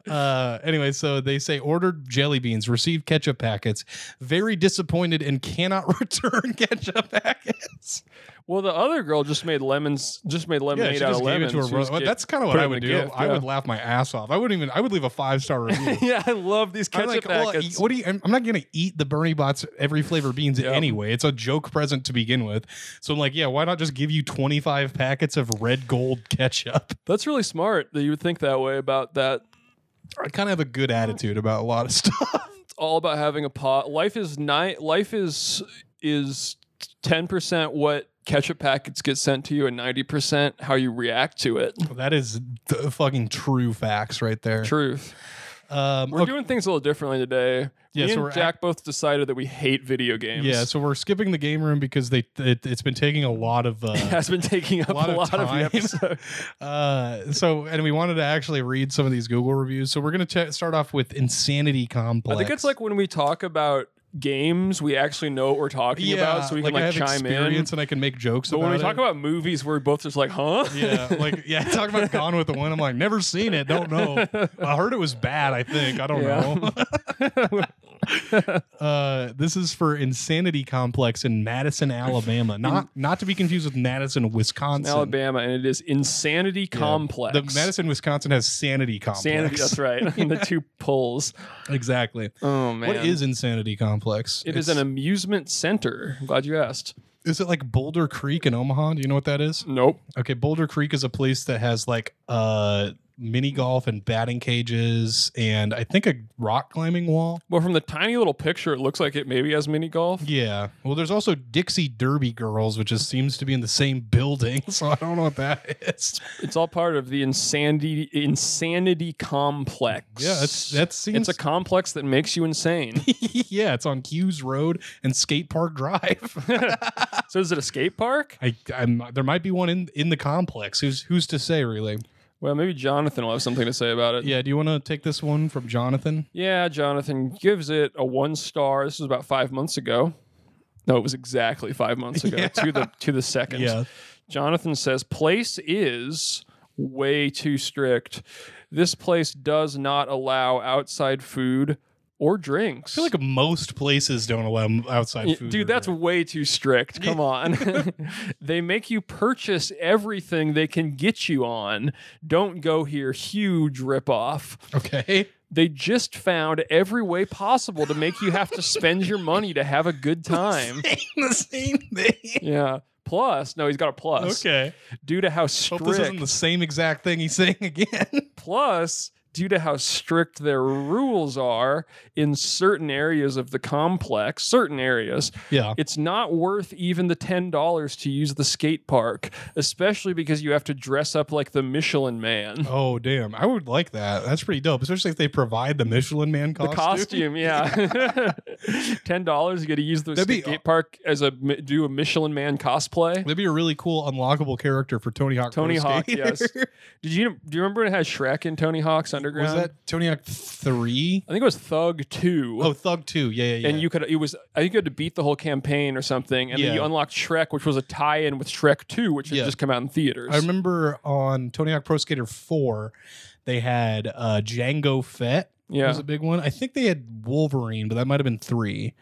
S2: Uh, anyway, so they say ordered jelly beans, received ketchup packets, very disappointed and cannot *laughs* return ketchup packets.
S1: well, the other girl just made lemons. Just made lemonade out of lemons. She was
S2: ro-
S1: gi-
S2: oh, That's kind of
S1: put
S2: what
S1: it
S2: I
S1: in a
S2: would do.
S1: gift,
S2: I
S1: yeah.
S2: would laugh my ass off. I wouldn't even. I would leave a five
S1: *laughs*
S2: star review.
S1: *laughs* yeah, I love these
S2: I'm
S1: ketchup
S2: like, well,
S1: packets.
S2: what do you? I'm, I'm not gonna eat the Bernie Bots every flavor beans
S1: Yeah.
S2: anyway. It's a joke present to begin with. So I'm like, yeah, why not just give you 25 packets of red gold ketchup?
S1: that's really smart that you would think that way about that.
S2: I kind of have a good attitude about a lot of *laughs* stuff.
S1: It's all about having a pot. Life is nine. Life is is ten percent what ketchup packets get sent to you, and ninety percent how you react to it.
S2: that is the fucking true facts right there.
S1: Truth.
S2: Um,
S1: We're doing things a little differently today.
S2: Yeah,
S1: Me
S2: so
S1: and
S2: we're ac-
S1: Jack both decided that we hate video games.
S2: Yeah, so we're skipping the game room because they it, it's been taking a lot of
S1: *laughs*
S2: uh,
S1: *laughs* has been taking up a lot,
S2: lot of
S1: of, the
S2: time. *laughs*
S1: episode.
S2: uh so and we wanted to actually read some of these Google reviews. So we're gonna ch- start off with insanity
S1: I
S2: complex.
S1: think it's like when we talk about games, we actually know what we're talking
S2: yeah,
S1: about, so we can
S2: I have
S1: like chime in.
S2: experience and I can make jokes.
S1: But
S2: about
S1: when we
S2: it.
S1: talk about movies, we're both just like, huh?
S2: yeah, like yeah, *laughs* talk about Gone with the Wind. I'm like, never seen it. Don't know. I heard it was bad. I think I don't know. *laughs* uh, this is for Insanity Complex in Madison, Alabama. Not not to be confused with Madison,
S1: In
S2: Wisconsin.
S1: *laughs* Alabama, and it is Insanity Complex.
S2: The Madison, Wisconsin has Sanity Complex.
S1: Sanity, that's *laughs* right. the two pulls.
S2: *laughs* Exactly.
S1: Oh man,
S2: What is Insanity Complex?
S1: It
S2: It's-
S1: is an amusement center. I'm glad you asked.
S2: Is it like Boulder Creek in Omaha? Do you know what that is?
S1: Nope.
S2: Okay, Boulder Creek is a place that has like uh mini golf and batting cages and I think a rock climbing wall.
S1: Well, from the tiny little picture, it looks like it maybe has mini golf.
S2: Yeah. Well, there's also Dixie Derby Girls, which is, seems to be in the same building, *laughs* so I don't know what that is.
S1: It's all part of the insanity insanity complex.
S2: Yeah, it's, that seems *laughs*
S1: it's a complex that makes you insane.
S2: yeah, it's on Hughes Road and Skate Park Drive. *laughs*
S1: so is it a skate park?
S2: I, I'm, there might be one in, in the complex. Who's who's to say, really?
S1: Well, maybe Jonathan will have something to say about it.
S2: Yeah. Do you want to take this one from Jonathan?
S1: Yeah, Jonathan gives it a one star. This was about five months ago. No, it was exactly five
S2: *laughs*
S1: months ago to the to the second.
S2: Yeah.
S1: Jonathan says place is way too strict. This place does not allow outside food or drinks.
S2: I feel like most places don't allow m- outside
S1: Yeah,
S2: food.
S1: Dude,
S2: or
S1: that's way too strict. Come on. *laughs* they make you purchase everything they can get you on. Don't go here. Huge ripoff.
S2: drink. *laughs* okay.
S1: They just found every way possible to make you have to spend your money to have a
S2: *laughs*
S1: good time.
S2: *laughs* the same thing.
S1: Yeah. Plus, no, he's got a plus.
S2: Okay.
S1: Due to how
S2: Hope this isn't
S1: strict.
S2: the same exact thing he's saying *laughs* again.
S1: Plus, due to how strict their rules are in certain areas of the complex, certain areas,
S2: Yeah.
S1: It's not worth even the $10 to use the skate park, especially because you have to dress up like the Michelin man.
S2: Oh damn! I would like that. That's pretty dope, especially if they provide the Michelin Man
S1: The
S2: costume. *laughs*
S1: costume, yeah. Ten dollars, you get to use the
S2: That'd be-
S1: skate park as a mi- do a Michelin Man cosplay.
S2: That'd be a really cool unlockable character for Tony Hawk.
S1: Tony
S2: Pro
S1: Hawk,
S2: Skater.
S1: yes. Did you do you remember when it had Shrek and Tony Hawk's on
S2: *laughs*
S1: Underground.
S2: Was that Tony Hawk Three?
S1: I think it was Thug Two.
S2: Oh, Thug Two. Yeah, yeah, yeah.
S1: and you could it was I think you had to beat the whole campaign or something, and then
S2: Yeah.
S1: you unlocked Shrek, which was a tie-in with Shrek Two, which had
S2: Yeah.
S1: just come out in theaters.
S2: I remember on Tony Hawk Pro Skater Four, they had uh, Django Fett.
S1: yeah,
S2: was a big one. I think they had Wolverine, but that might have been three.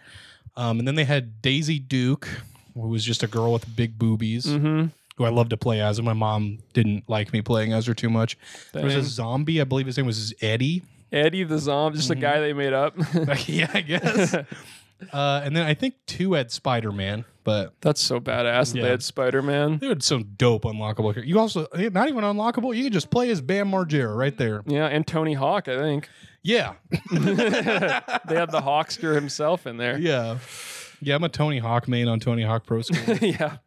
S2: Um, and then they had Daisy Duke, who was just a girl with big boobies,
S1: mm-hmm.
S2: who I loved to play as, and my mom didn't like me playing as her too much. There was a zombie, I believe his name was Eddie. *laughs*
S1: Eddie the Zombie, just
S2: Mhm.
S1: a guy they made up. *laughs*
S2: yeah, I guess. uh, and then I think two had Spider Man, but
S1: That's so badass. that
S2: Yeah.
S1: They had Spider Man.
S2: they had some dope unlockable. char- You also eh, not even unlockable. You could just play as Bam Margera right there.
S1: Yeah, and Tony Hawk,
S2: *laughs*
S1: I think. *laughs*
S2: Yeah,
S1: they had the Hawkster himself in *laughs* there.
S2: yeah, yeah. I'm a Tony Hawk main on Tony Hawk Pro Skater.
S1: *laughs* yeah.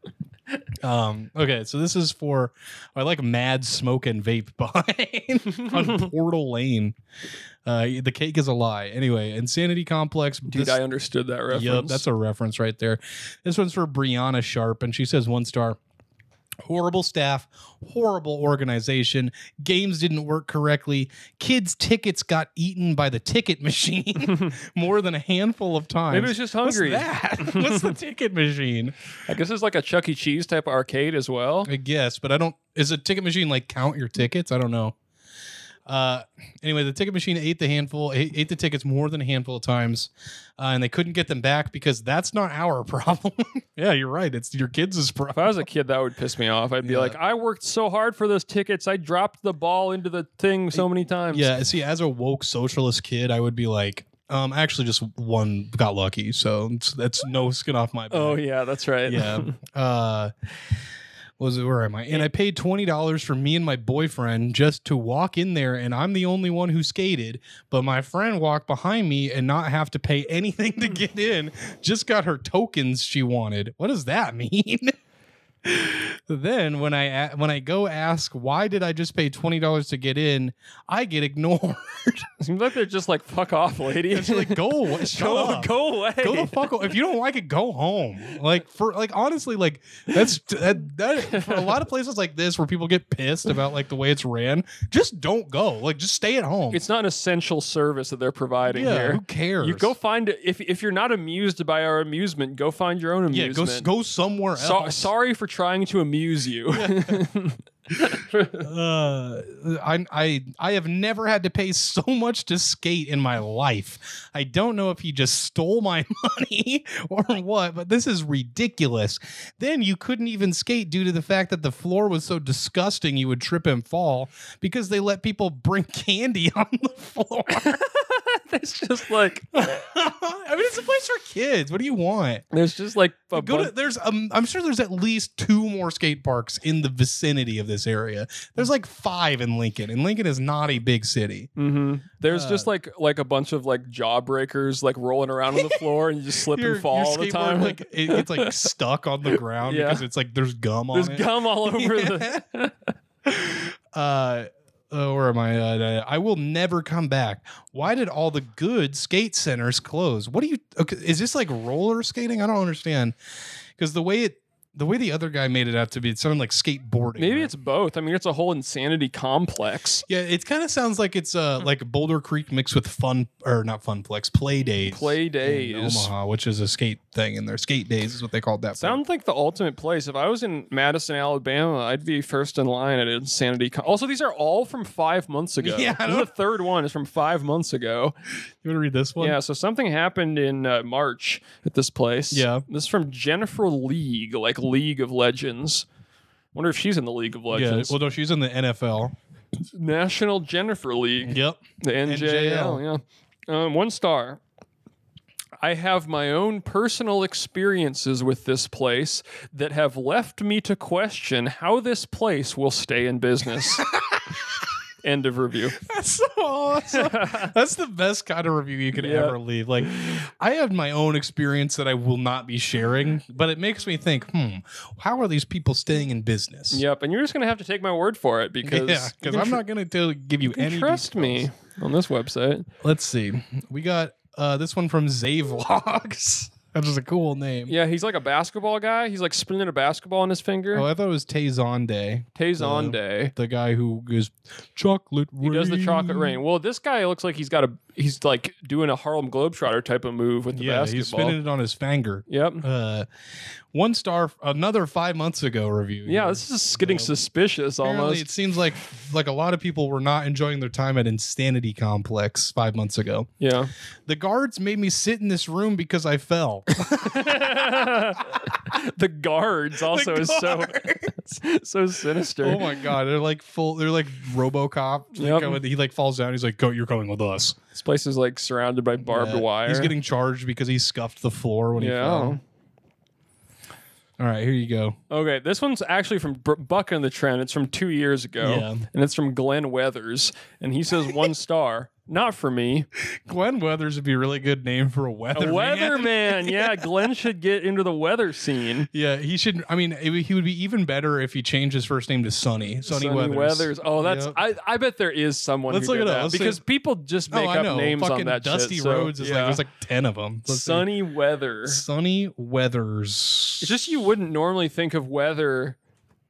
S2: Um, okay, so this is for I like Mad Smoke and Vape *laughs* Behind
S1: *laughs*
S2: on Portal Lane. Uh, the cake is a lie. Anyway, Insanity Complex.
S1: Dude,
S2: this-
S1: I understood that reference.
S2: Yup, that's a reference right there. This one's for Brianna Sharp, and she says one star. Horrible staff, horrible organization. Games didn't work correctly. Kids' tickets got eaten by the ticket machine *laughs*
S1: *laughs*
S2: more than a handful of times.
S1: Maybe it was just
S2: What's *laughs*
S1: hungry.
S2: that? What's the ticket machine?
S1: I guess it's like a Chuck E. Cheese type arcade as well.
S2: I guess, but I don't. Is a ticket machine like count your tickets? I don't know. Uh, anyway, the ticket machine ate the handful, ate, ate the tickets more than a handful of times, uh, and they couldn't get them back because that's not our *laughs* problem. yeah, you're right. It's your kids'
S1: If I
S2: problem.
S1: was a kid, that would piss me off. I'd be
S2: Yeah.
S1: like, I worked so hard for those tickets. I dropped the ball into the thing so many times.
S2: Yeah, see, as a woke socialist kid, I would be like, um, actually, just one got lucky, so it's, that's no skin off my back.
S1: Oh, yeah, that's right.
S2: yeah. *laughs* Uh, what was it? Where am I? And I paid twenty dollars for me and my boyfriend just to walk in there, and I'm the only one who skated. But my friend walked behind me and not have to pay anything to get in. Just got her tokens she wanted. What does that *laughs* mean? then when I a- when I go ask why did I just pay twenty dollars to get in, I get ignored.
S1: *laughs*
S2: *laughs*
S1: Seems like they're just like, fuck off, lady.
S2: It's like go away, shut
S1: *laughs* go,
S2: up.
S1: go away.
S2: Go
S1: *laughs*
S2: the fuck o- if you don't like it, go home. Like for like honestly, like that's that, that for a lot of places like this where people get pissed about like the way it's ran, just don't go. Like just stay at home.
S1: it's not an essential service that they're providing
S2: yeah,
S1: here.
S2: who cares?
S1: You go find if if you're not amused by our amusement, go find your own
S2: yeah,
S1: amusement.
S2: go s- go somewhere else.
S1: So- sorry for trying to amuse you.
S2: Uh, I, I I have never had to pay so *laughs* much to skate in my life. I don't know if he just stole my *laughs* money or what, but this is ridiculous. Then you couldn't even skate due to the fact that the floor was so disgusting you would trip and fall because they let people bring candy *laughs* on the floor.
S1: *laughs* it's just like
S2: I mean, it's a place for kids. What do you want?
S1: there's just like a
S2: Go
S1: bun-
S2: to, there's um, I'm sure there's at least two more skate parks in the vicinity of this area. There's like five in Lincoln, and Lincoln is not a big city.
S1: Mhm. There's
S2: Uh,
S1: just like like a bunch of like jawbreakers like rolling around on the floor and you just slip
S2: Your-
S1: and fall
S2: your
S1: all the
S2: skateboard,
S1: time.
S2: Like *laughs* it gets like stuck on the ground
S1: Yeah.
S2: because it's like there's gum on
S1: there's
S2: it. *laughs*
S1: gum all over the.
S2: uh, oh, where am I? Uh, I will never come back. Why did all the good skate centers close? What do you? Okay, is this like roller skating? I don't understand because the way it. The way the other guy made it out to be, it sounded like skateboarding.
S1: Maybe
S2: right?
S1: it's both. I mean, it's a whole insanity complex.
S2: Yeah, it kind of sounds like it's uh like Boulder Creek mixed with fun or not Funplex play days.
S1: Play
S2: in
S1: days.
S2: Omaha, which is a skate thing in there. Skate days is what they called that.
S1: Sounds like the ultimate place. If I was in Madison, Alabama, I'd be first in line at Insanity. Con- also, these are all from five months ago.
S2: *laughs* Yeah, I
S1: This is the
S2: don't-
S1: third one is from five months ago.
S2: part. You want to read this one?
S1: Yeah, so something happened in uh, March at this place.
S2: Yeah.
S1: This is from Jennifer League, like League of Legends. Wonder if she's in the League of
S2: Yeah.
S1: Legends.
S2: Well, no, she's in the NFL.
S1: National Jennifer League,
S2: Yep. *laughs*
S1: the NJL. Yeah. Um, one star. I have my own personal experiences with this place that have left me to question how this place will stay
S2: *laughs*
S1: in business. End of review.
S2: That's so
S1: *laughs*
S2: awesome. That's the best kind of review you could
S1: Yeah.
S2: ever leave. Like, I have my own experience that I will not be sharing, but it makes me think, hmm, how are these people staying in business?
S1: Yep, and you're just gonna have to take my word for it
S2: *laughs*
S1: because
S2: Yeah,
S1: you
S2: because
S1: can
S2: I'm
S1: tr-
S2: not going to give you,
S1: can
S2: any.
S1: trust me on this website.
S2: *laughs* Let's see. We got uh, this one from Zave Vlogs. That's just a cool name.
S1: Yeah, he's like a basketball guy. He's like spinning a basketball on his finger.
S2: Oh, uh, I thought it was Tazonde,
S1: Tazon Day.
S2: the guy who is chocolate.
S1: He does the chocolate rain. Well, this guy looks like he's got a he's like doing a Harlem Globetrotter type of move with the
S2: Yeah,
S1: basketball.
S2: he's spinning it on his finger.
S1: Yep.
S2: Uh, one star, another five months ago review.
S1: Yeah,
S2: here.
S1: this is getting
S2: So,
S1: suspicious
S2: Apparently,
S1: almost.
S2: it seems like like a lot of people were not enjoying their time at Insanity Complex five months ago. *laughs*
S1: Yeah. *laughs*
S2: The guards made me sit in this room because I fell. *laughs*
S1: the guards also is so *laughs* so sinister.
S2: oh my god, they're like full. They're like RoboCop. They
S1: Yep.
S2: go in- he like falls down. He's like, "Go, you're coming with us."
S1: This place is like surrounded by barbed
S2: Yeah.
S1: wire.
S2: He's getting charged because he scuffed the floor when he
S1: yeah.
S2: fell. All right, here you go.
S1: Okay, this one's actually from Br- Bucking the Trend. It's from two years ago,
S2: Yeah.
S1: and it's from Glenn Weathers, and he says one star. Not for me.
S2: Glenn Weathers would be a really good name for a *laughs*
S1: A
S2: weather.
S1: weatherman. Yeah, Glenn should get into the weather scene.
S2: Yeah, he should. I mean, it- he would be even better if he changed his first name to Sunny. Sunny,
S1: Sonny
S2: Weathers.
S1: Oh, that's
S2: Yep.
S1: I, I bet there is someone.
S2: Let's
S1: who
S2: look
S1: did
S2: it up.
S1: that,
S2: Let's
S1: because
S2: see.
S1: people just make
S2: oh, I
S1: up
S2: know.
S1: names
S2: Fucking
S1: on that.
S2: Dusty
S1: shit, so,
S2: Roads is like
S1: yeah.
S2: there's like ten of them. Let's see.
S1: sunny weather.
S2: Sunny Weathers.
S1: It's just you wouldn't normally think of weather.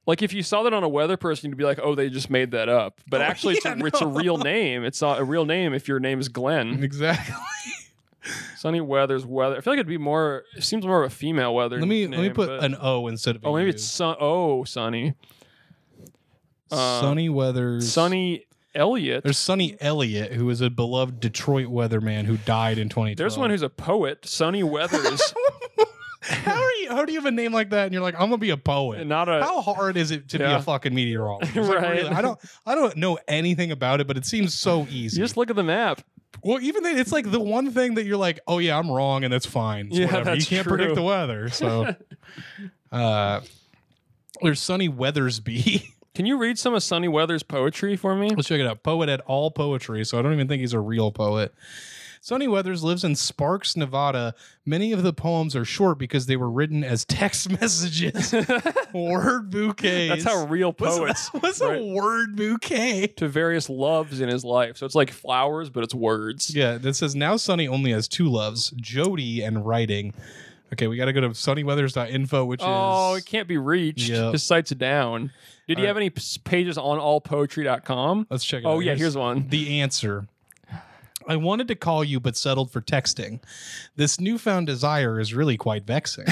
S1: Like if you saw that on a weather person, you'd be like, "Oh, they just made that up."
S2: *laughs*
S1: But actually,
S2: Oh, yeah,
S1: it's, a, it's a real name. It's not a real name if your name is
S2: Mm-hmm.
S1: Glenn.
S2: exactly. *laughs*
S1: Sunny Weathers Weather. I feel like it'd be more. It seems more of a female weather.
S2: let me let me
S1: name,
S2: put
S1: but-
S2: an O instead of. a
S1: oh, maybe
S2: U.
S1: it's sun. Oh, Sunny. uh,
S2: Sunny Weathers.
S1: Sunny Elliott.
S2: There's Sunny Elliott, who is a beloved Detroit weatherman who died in 2012.
S1: There's one who's a poet.
S2: *laughs*
S1: Sunny Weathers.
S2: how are you? How do you have a name like that? And you're like, I'm gonna be a poet.
S1: not a.
S2: how hard is it to be
S1: uh, Yeah.
S2: a fucking
S1: *laughs*
S2: meteorologist? It's like,
S1: Right.
S2: really, I don't. I don't know anything about it, but it seems
S1: *laughs*
S2: so easy.
S1: Just look at the map.
S2: well, even then, it's like the one thing that you're like, oh yeah, I'm wrong, and that's fine. It's
S1: Yeah,
S2: whatever.
S1: that's
S2: you can't
S1: true.
S2: predict the weather,
S1: *laughs*
S2: so. uh, there's Sunny Weathersby. *laughs*
S1: Can you read some of Sunny Weathers' poetry for me?
S2: Let's check it out. Poet at all poetry, so I don't even think he's a real poet. Sonny Weathers lives in Sparks, Nevada. Many of the poems are short because they were written as text *laughs*
S1: *laughs*
S2: messages, word bouquets.
S1: That's how real
S2: What's-
S1: poets
S2: *laughs* What's
S1: right?
S2: a word bouquet?
S1: to various loves in his life. So it's like flowers, but it's words.
S2: Yeah, that says now Sonny only has two loves, Jody and writing. Okay, we got to go to sunnyweathers.info, which
S1: Oh,
S2: is.
S1: it can't be reached.
S2: Yep.
S1: His site's down. Did he
S2: All
S1: have any p- pages on allpoetry.com?
S2: Let's check it out.
S1: Oh, yeah, here's one. *laughs*
S2: The answer. I wanted to call you, but settled for texting. This newfound desire is really quite
S1: *laughs*
S2: vexing.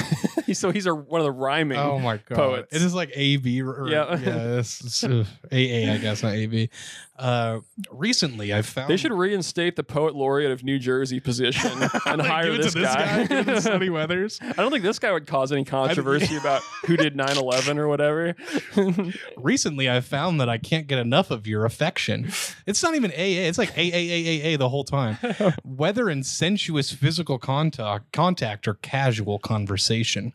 S1: so he's a, one of the rhyming.
S2: Oh my god!
S1: poets.
S2: It is like A B or
S1: Yeah.
S2: yeah, this is, uh, A A I guess not A B. Uh, recently, I found
S1: They should reinstate the poet laureate of New
S2: *laughs*
S1: Jersey position and
S2: Like,
S1: hire
S2: give it
S1: this,
S2: to this
S1: guy.
S2: give it to Sonny Weathers.
S1: *laughs* I don't think this guy would cause
S2: *laughs*
S1: any controversy about who did 9 11 or whatever.
S2: Recently, I found that I can't get enough of your affection. It's not even AA. It's like A A A A A the whole time. Whether in sensuous physical contact, contact or casual conversation.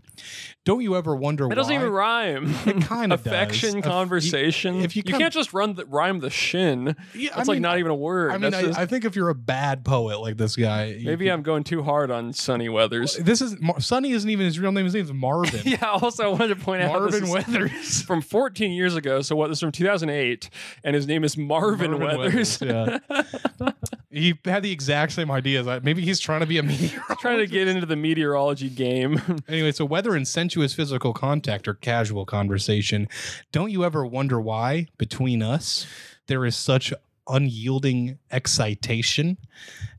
S2: Don't you ever wonder
S1: It
S2: why?
S1: doesn't even rhyme.
S2: *laughs* It kind of
S1: Affection, conversation.
S2: if you
S1: you
S2: come-
S1: can't just run the, rhyme the shin,
S2: Yeah, I
S1: that's like
S2: mean-
S1: not even a word.
S2: I mean,
S1: That's
S2: I,
S1: just-
S2: I think if you're a bad poet like this guy, you-
S1: maybe I'm going too hard on Sunny Weathers.
S2: This is Mar- Sonny isn't even his real name. His name's Marvin.
S1: *laughs* yeah. Also, I wanted to point out this
S2: Marvin
S1: is
S2: Weathers.
S1: *laughs* from 14 years ago. So what? This is from 2008, and his name is Marvin, Weathers.
S2: Yeah. he had the exact same ideas. I- Maybe he's trying to be a meteorologist.
S1: *laughs* Trying to get into the meteorology game. *laughs*
S2: Anyway, so whether in sensuous physical contact or casual conversation, don't you ever wonder why between us there is such unyielding excitation?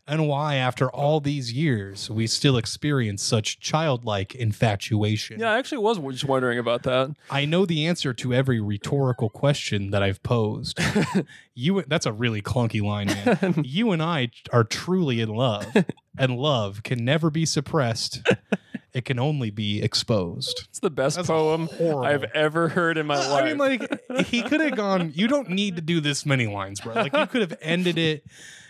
S2: And why, after all these years, we still experience such childlike infatuation?
S1: yeah, I actually was just wondering about that.
S2: I know the answer to every rhetorical question that I've posed. you that's a really clunky line, man. you and I are truly in love, and love can never be suppressed. It can only be exposed.
S1: It's the best
S2: That's
S1: poem
S2: horrible.
S1: I've ever heard in my life.
S2: I mean, like he could have gone. You don't need to do this many lines, bro. Like you could have ended it.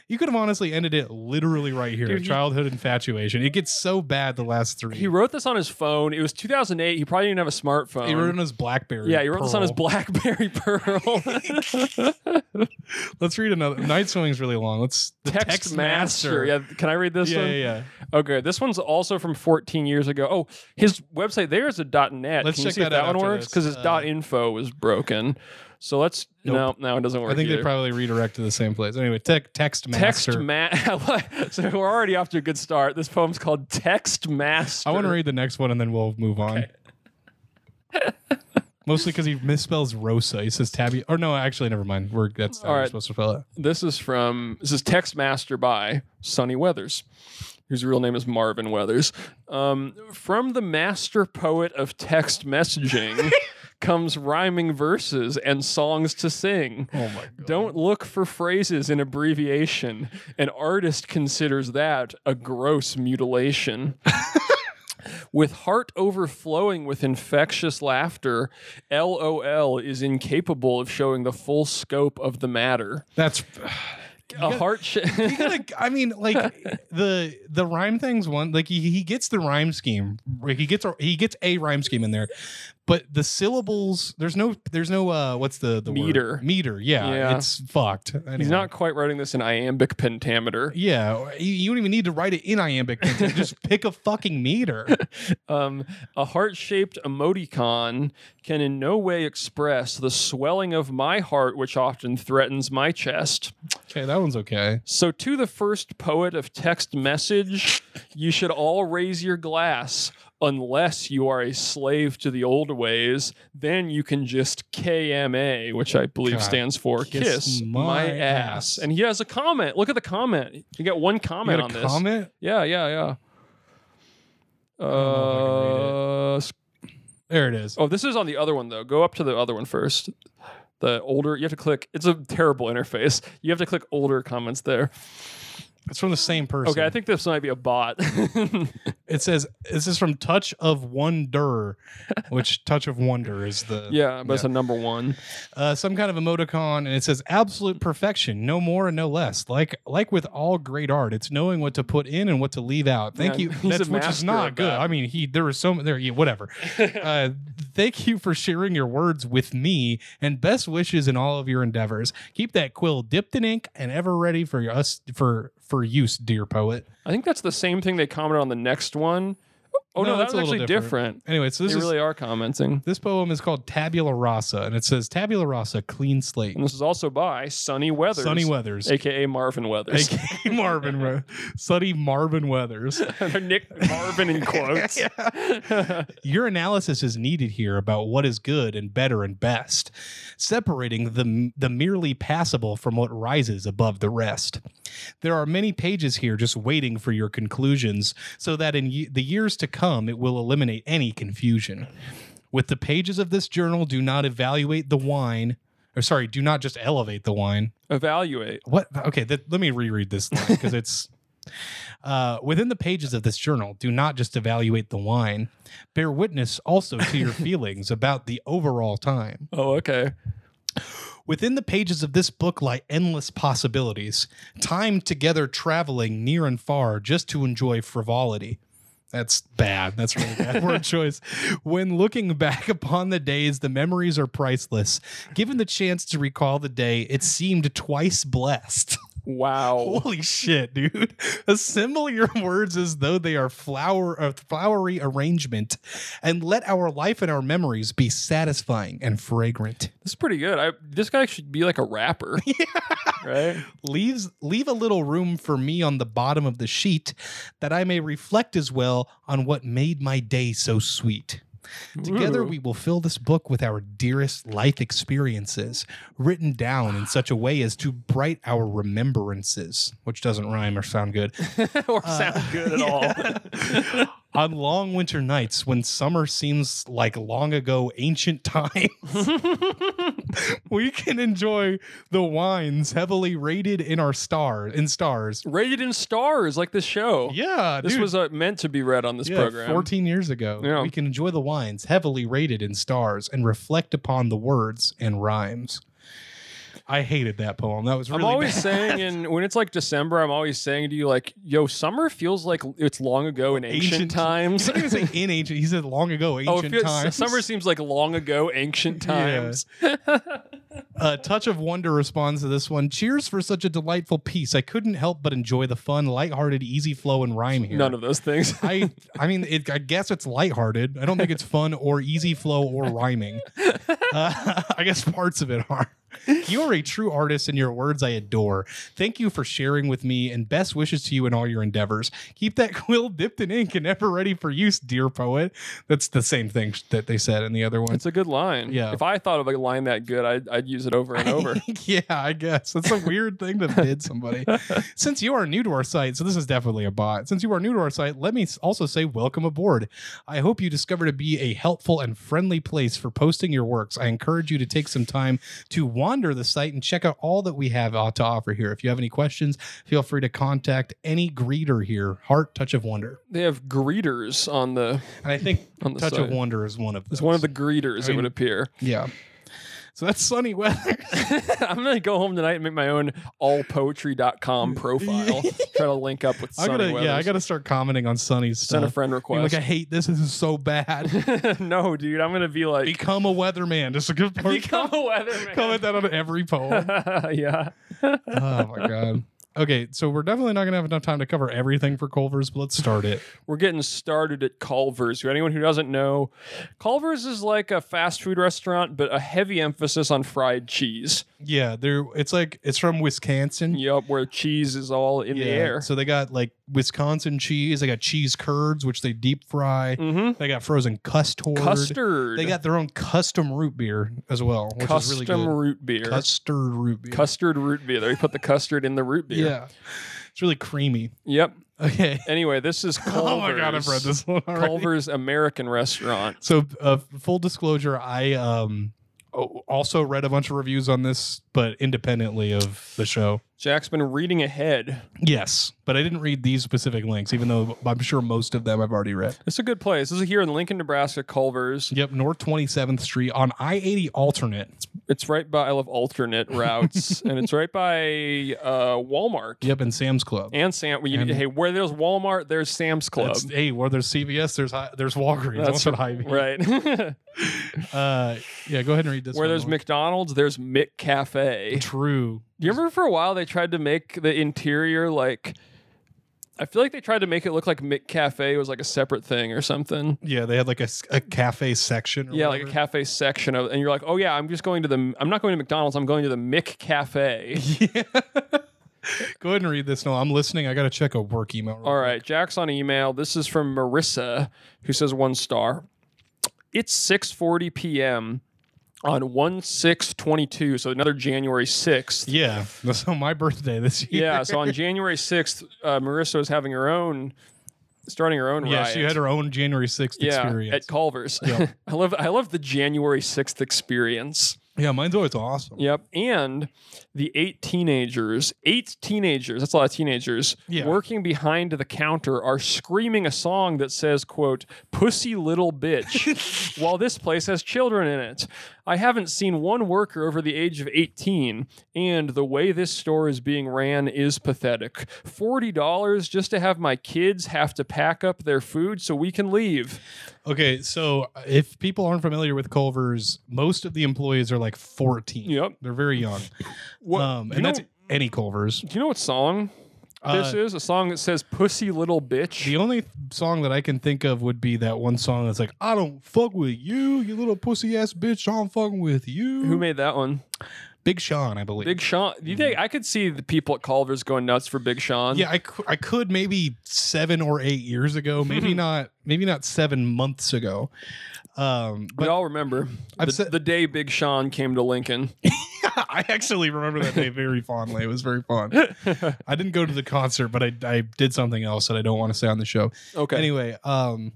S2: You could have honestly ended it literally right here.
S1: Dude, he-
S2: childhood infatuation. It gets so bad the last three.
S1: he wrote this on his phone. It was 2008. He probably didn't have a smartphone.
S2: He wrote it on his BlackBerry.
S1: yeah, he wrote this on his
S2: Pearl.
S1: BlackBerry *laughs*
S2: *laughs*
S1: Pearl.
S2: Let's read another. Night swing's really long. Let's the
S1: Text, Master. Yeah, can I read this
S2: yeah,
S1: one?
S2: yeah, yeah.
S1: Okay, this one's also from 14 years ago. Oh, his website there is a .net.
S2: Let's
S1: Can you
S2: check
S1: see if
S2: that out
S1: that one
S2: after
S1: works
S2: this.
S1: because his
S2: Uh,
S1: .info was broken. So let's
S2: Nope.
S1: no, no, it doesn't work.
S2: I think
S1: either.
S2: they probably redirect to the same place. Anyway, te- text master.
S1: Text *laughs* Master. so we're already off to a good start. This poem's called Text Master.
S2: I want to read the next one and then we'll move on. Mostly because he misspells Rosa. He says Tabby. Or no, actually, never mind. We're that's how
S1: All
S2: we're
S1: right.
S2: supposed to spell it.
S1: This is from this is Text Master by Sonny Weathers, whose real name is Marvin Weathers. Um, from the master poet of text
S2: *laughs*
S1: messaging comes rhyming verses and songs to sing.
S2: Oh my god.
S1: Don't look for phrases in abbreviation. An artist considers that a
S2: *laughs*
S1: gross mutilation. with heart overflowing with infectious laughter, LOL is incapable of showing the full scope of the matter.
S2: That's.
S1: A heart. Sh-
S2: You gotta, I mean,
S1: *laughs*
S2: like the the rhyme things. One, like he, he gets the rhyme scheme. Like, He gets a- he gets a rhyme scheme in there, but the syllables. There's no there's no uh what's the the word?
S1: Meter.
S2: meter. Yeah,
S1: Yeah.
S2: it's fucked.
S1: *laughs* He's *laughs*
S2: Anyway.
S1: not quite writing this in iambic pentameter.
S2: Yeah, or you, you don't even need to write it in iambic. pentameter. Just pick a fucking
S1: *laughs*
S2: meter.
S1: Um, a heart shaped emoticon can in no way express the swelling of my heart, which often threatens my chest.
S2: Okay, that one's okay.
S1: So, to the first poet of text message, you should all raise your glass, unless you are a slave to the old ways. Then you can just KMA, which I believe
S2: God.
S1: stands for
S2: Kiss
S1: kiss,
S2: my
S1: my,
S2: ass.
S1: ass. And he has a comment. Look at the comment. You got one comment
S2: you
S1: on
S2: got a
S1: this.
S2: comment?
S1: Yeah, yeah, yeah.
S2: know if I
S1: Uh, s-
S2: There it is.
S1: oh, this is on the other one though. Go up to the other one first. The older you have to click. It's a terrible interface. You have to click older comments there.
S2: It's from the same person.
S1: Okay, I think this might be a bot. *laughs*
S2: it says this is from Touch of Wonder, which Touch of Wonder is the
S1: *laughs* yeah, but it's a number one.
S2: uh, some kind of emoticon, and it says absolute perfection, no more and no less. Like like with all great art, it's knowing what to put in and what to leave out. Thank
S1: Yeah,
S2: you.
S1: he's
S2: That's
S1: a
S2: which is
S1: master
S2: not
S1: of
S2: good.
S1: that.
S2: I mean, he there was so m- there. Yeah,
S1: *laughs*
S2: whatever. uh, thank you for sharing your words with me, and best wishes in all of your endeavors. Keep that quill dipped in ink and ever ready for your, us for for use, dear poet.
S1: I think that's the same thing they commented on the next one. Oh
S2: No,
S1: no,
S2: that's
S1: that's
S2: a little
S1: actually
S2: different.
S1: different.
S2: Anyway, so this
S1: they
S2: is
S1: really are commenting.
S2: This poem is called Tabula Rasa, and it says Tabula Rasa, clean slate.
S1: And this is also by Sonny Weathers,
S2: Sunny Weathers,
S1: aka Marvin
S2: *laughs*
S1: Weathers. *laughs*
S2: aka Marvin, Ro- Sunny Marvin Weathers.
S1: Nick
S2: *laughs*
S1: Marvin in quotes.
S2: Your analysis is needed here about what is good and better and best, separating the the merely passable from what rises above the rest. There are many pages here just waiting for your conclusions, so that in ye- the years to come it will eliminate any confusion. With the pages of this journal, do not evaluate the wine, or sorry, do not just elevate the wine.
S1: *laughs* Evaluate.
S2: What? Okay, th- let me reread this line because it's uh, within the pages of this journal. Do not just evaluate the wine. Bear witness also to your feelings about the overall time.
S1: Oh, okay.
S2: Within the pages of this book lie endless possibilities. Time together traveling near and far just to enjoy frivolity. That's bad. That's really bad word choice. When looking back upon the days, the memories are priceless. Given the chance to recall the day, it seemed twice blessed.
S1: Wow.
S2: Holy shit, dude. *laughs* Assemble your words as though they are flower a flowery arrangement and let our life and our memories be satisfying and fragrant.
S1: *laughs* This is pretty good. I, this guy should be like
S2: *laughs*
S1: a rapper. Right?
S2: Leaves leave a little room for me on the bottom of the sheet that I may reflect as well on what made my day so sweet. Together
S1: Ooh. *laughs*
S2: we *laughs* will fill this book with our dearest life experiences, written down in such a way as to bright our remembrances, which doesn't rhyme or sound good.
S1: or sound good at all.
S2: On long winter nights when summer seems like long ago ancient *laughs* times,
S1: *laughs*
S2: we can enjoy the wines heavily rated in our star in stars.
S1: *laughs* Rated in stars, like this show.
S2: Yeah,
S1: this
S2: dude.
S1: was uh, meant to be read on this
S2: Yeah,
S1: program.
S2: 14 years ago.
S1: Yeah.
S2: We can enjoy the wines heavily rated in stars and reflect upon the words and rhymes. I hated that poem. That was really
S1: I'm always
S2: bad.
S1: saying, and when it's like December, I'm always saying to you, like, yo, summer feels like it's long ago in ancient,
S2: Ancient-
S1: times.
S2: *laughs*
S1: *laughs*
S2: He didn't even say in ancient. E, He said long ago,
S1: oh,
S2: ancient
S1: it feels,
S2: times. *laughs*
S1: summer seems like long ago, ancient
S2: Yeah.
S1: times.
S2: Uh, Touch of Wonder responds to this one. Cheers for such a delightful piece. I couldn't help but enjoy the fun, lighthearted, easy flow and rhyme here.
S1: None of those things.
S2: *laughs*
S1: *laughs*
S2: I I mean, it, I guess it's lighthearted. I don't think it's fun or easy flow or
S1: *laughs*
S2: rhyming. Uh, *laughs* I guess parts of it are. You are a true artist, and your words I adore. Thank you for sharing with me, and best wishes to you in all your endeavors. Keep that quill dipped in ink and ever ready for use, dear poet. That's the same thing that they said in the other one.
S1: It's a good line.
S2: Yeah.
S1: If I thought of a line that good, I'd, I'd use it over and over.
S2: *laughs* yeah, I guess that's a weird thing to bid
S1: *laughs*
S2: somebody. Since you are new to our site, so this is definitely a bot. Since you are new to our site, let me s- also say welcome aboard. I hope you discover to be a helpful and friendly place for posting your works. I encourage you to take some time to wander the site and check out all that we have uh, to offer here. If you have any questions, feel free to contact any greeter here. Heart touch of wonder,
S1: they have greeters on the
S2: and I think
S1: *laughs* on the
S2: touch
S1: site.
S2: of wonder is one of
S1: It's one of the greeters.
S2: I mean-
S1: it would appear.
S2: yeah. So that's sunny weather.
S1: *laughs* I'm gonna go home tonight and make my own allpoetry.com *laughs* profile. try to link up with.
S2: I
S1: Sonny
S2: gotta, yeah, I
S1: Weathers.
S2: gotta start commenting on Sunny's stuff.
S1: send a friend
S2: Being
S1: request.
S2: like, I hate this. This is so
S1: *laughs*
S2: bad.
S1: no, dude, I'm gonna be like
S2: Become a weatherman. Just a good part.
S1: *laughs* become
S2: *laughs*
S1: a weatherman.
S2: comment that on every poem.
S1: *laughs* yeah.
S2: oh my god. Okay, so we're definitely not gonna have enough time to cover everything for Culver's, but let's start it.
S1: We're getting started at Culver's. For anyone who doesn't know, Culver's is like a fast food restaurant, but a heavy emphasis on fried cheese.
S2: Yeah, there. It's like it's from Wisconsin.
S1: Yup, where cheese is all in the
S2: Yeah,
S1: air.
S2: So they got like Wisconsin cheese. They got cheese curds, which they deep fry.
S1: mm-hmm.
S2: They got frozen custard.
S1: Custard.
S2: They got their own custom root beer as well, which
S1: custom
S2: is really good.
S1: root beer.
S2: Custard root beer.
S1: Custard root beer. They put the custard in the root beer.
S2: Yeah, it's really creamy.
S1: Yep.
S2: Okay. *laughs*
S1: Anyway, this is Culver's.
S2: Oh my god, I've read this one already.
S1: Culver's American restaurant.
S2: So, uh, full disclosure, I um o- also read a bunch of reviews on this, but independently of the show.
S1: Jack's been reading ahead.
S2: Yes, but I didn't read these specific links, even though I'm sure most of them I've already read.
S1: It's a good place. This is here in Lincoln, Nebraska, Culver's.
S2: Yep, North 27th Street on I 80 alternate.
S1: It's right by I love alternate
S2: *laughs*
S1: routes, and it's right by uh, Walmart
S2: Yep, and Sam's Club.
S1: and Sam. well, you-
S2: And-
S1: hey, where there's Walmart, there's Sam's Club.
S2: That's- hey, where there's CVS, there's Hi- there's Walgreens.
S1: That's
S2: That's what I mean.
S1: right. *laughs*
S2: Uh, yeah, go ahead and read this.
S1: where
S2: one
S1: there's
S2: Lauren.
S1: McDonald's, there's Mick Cafe.
S2: True.
S1: Do you remember for a while they tried to make the interior like? I feel like they tried to make it look like Mick Cafe was like a separate thing or something.
S2: Yeah, they had like a, s- a cafe section. Or
S1: Yeah, like a
S2: whatever.
S1: cafe section of, and you're like, oh yeah, I'm just going to the, I'm not going to McDonald's, I'm going to the Mick Cafe.
S2: *laughs* Yeah. Go ahead and read this. No, I'm listening. I got to check a work email. real
S1: All right, Jack's on email. This is from Marissa, who says one star. It's 6:40 p.m. on one six 22 so another January 6th.
S2: *laughs* Yeah, that's on my birthday this year.
S1: Yeah, so on January 6th, uh, Marissa is having her own, starting her own
S2: yeah,
S1: riot.
S2: she had her own January sixth
S1: yeah,
S2: experience.
S1: at Culver's.
S2: Yep.
S1: *laughs* I love I love the January 6th experience.
S2: yeah, mine's always awesome.
S1: Yep. And the eight teenagers, eight teenagers, that's a lot of teenagers,
S2: Yeah.
S1: working behind the counter are screaming a song that says, quote, pussy little
S2: *laughs*
S1: bitch, while this place has children in it. I haven't seen one worker over the age of 18, and the way this store is being ran is pathetic. $40 just to have my kids have to pack up their food so we can leave.
S2: Okay, so uh, if people aren't familiar with Culver's, most of the employees are like fourteen.
S1: Yep.
S2: they're very young.
S1: What,
S2: um, and
S1: do, you know,
S2: that's any Culver's.
S1: do you know what song this
S2: Uh,
S1: is? A song that says, pussy little bitch.
S2: The only song that I can think of would be that one song that's like, "I don't fuck with you, you little pussy ass bitch. I'm fucking with you."
S1: Who made that one?
S2: Big Sean, I believe.
S1: Big Sean. You think I could see the people at Culver's going nuts for Big Sean?
S2: Yeah, I, cou- I could maybe seven or eight years ago,
S1: *laughs*
S2: maybe not, maybe not seven months ago. Um,
S1: we
S2: but
S1: all remember
S2: I've
S1: the,
S2: said-
S1: the day Big Sean came to Lincoln. *laughs*
S2: I actually remember that day very fondly. It was very fun. I didn't go to the concert, but I, I did something else that I don't want to say on the show.
S1: Okay.
S2: Anyway, um,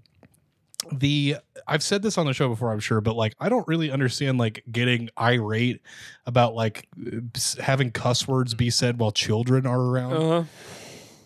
S2: the I've said this on the show before, I'm sure, but like I don't really understand like getting irate about like s- having cuss words be said while children are around
S1: Uh-huh.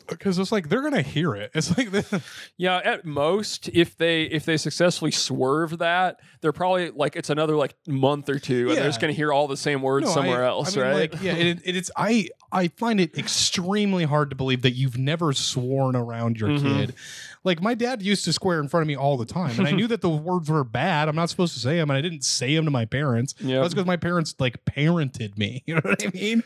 S2: because it's like they're gonna hear it. It's like *laughs*
S1: Yeah, at most, if they if they successfully swerve that, they're probably like it's another like month or two, and
S2: Yeah.
S1: they're just gonna hear all the same words
S2: No, I-
S1: somewhere else,
S2: I mean,
S1: right?
S2: Like, yeah, it, it, it's I I find it extremely hard to believe that you've never sworn around your
S1: Mhm.
S2: kid. Like my dad used to swear in front of me all the time, and I knew that the *laughs* words were bad. I'm not supposed to say them, and I didn't say them to my parents.
S1: Yep.
S2: That's because my parents like parented me. *laughs* You know what I mean?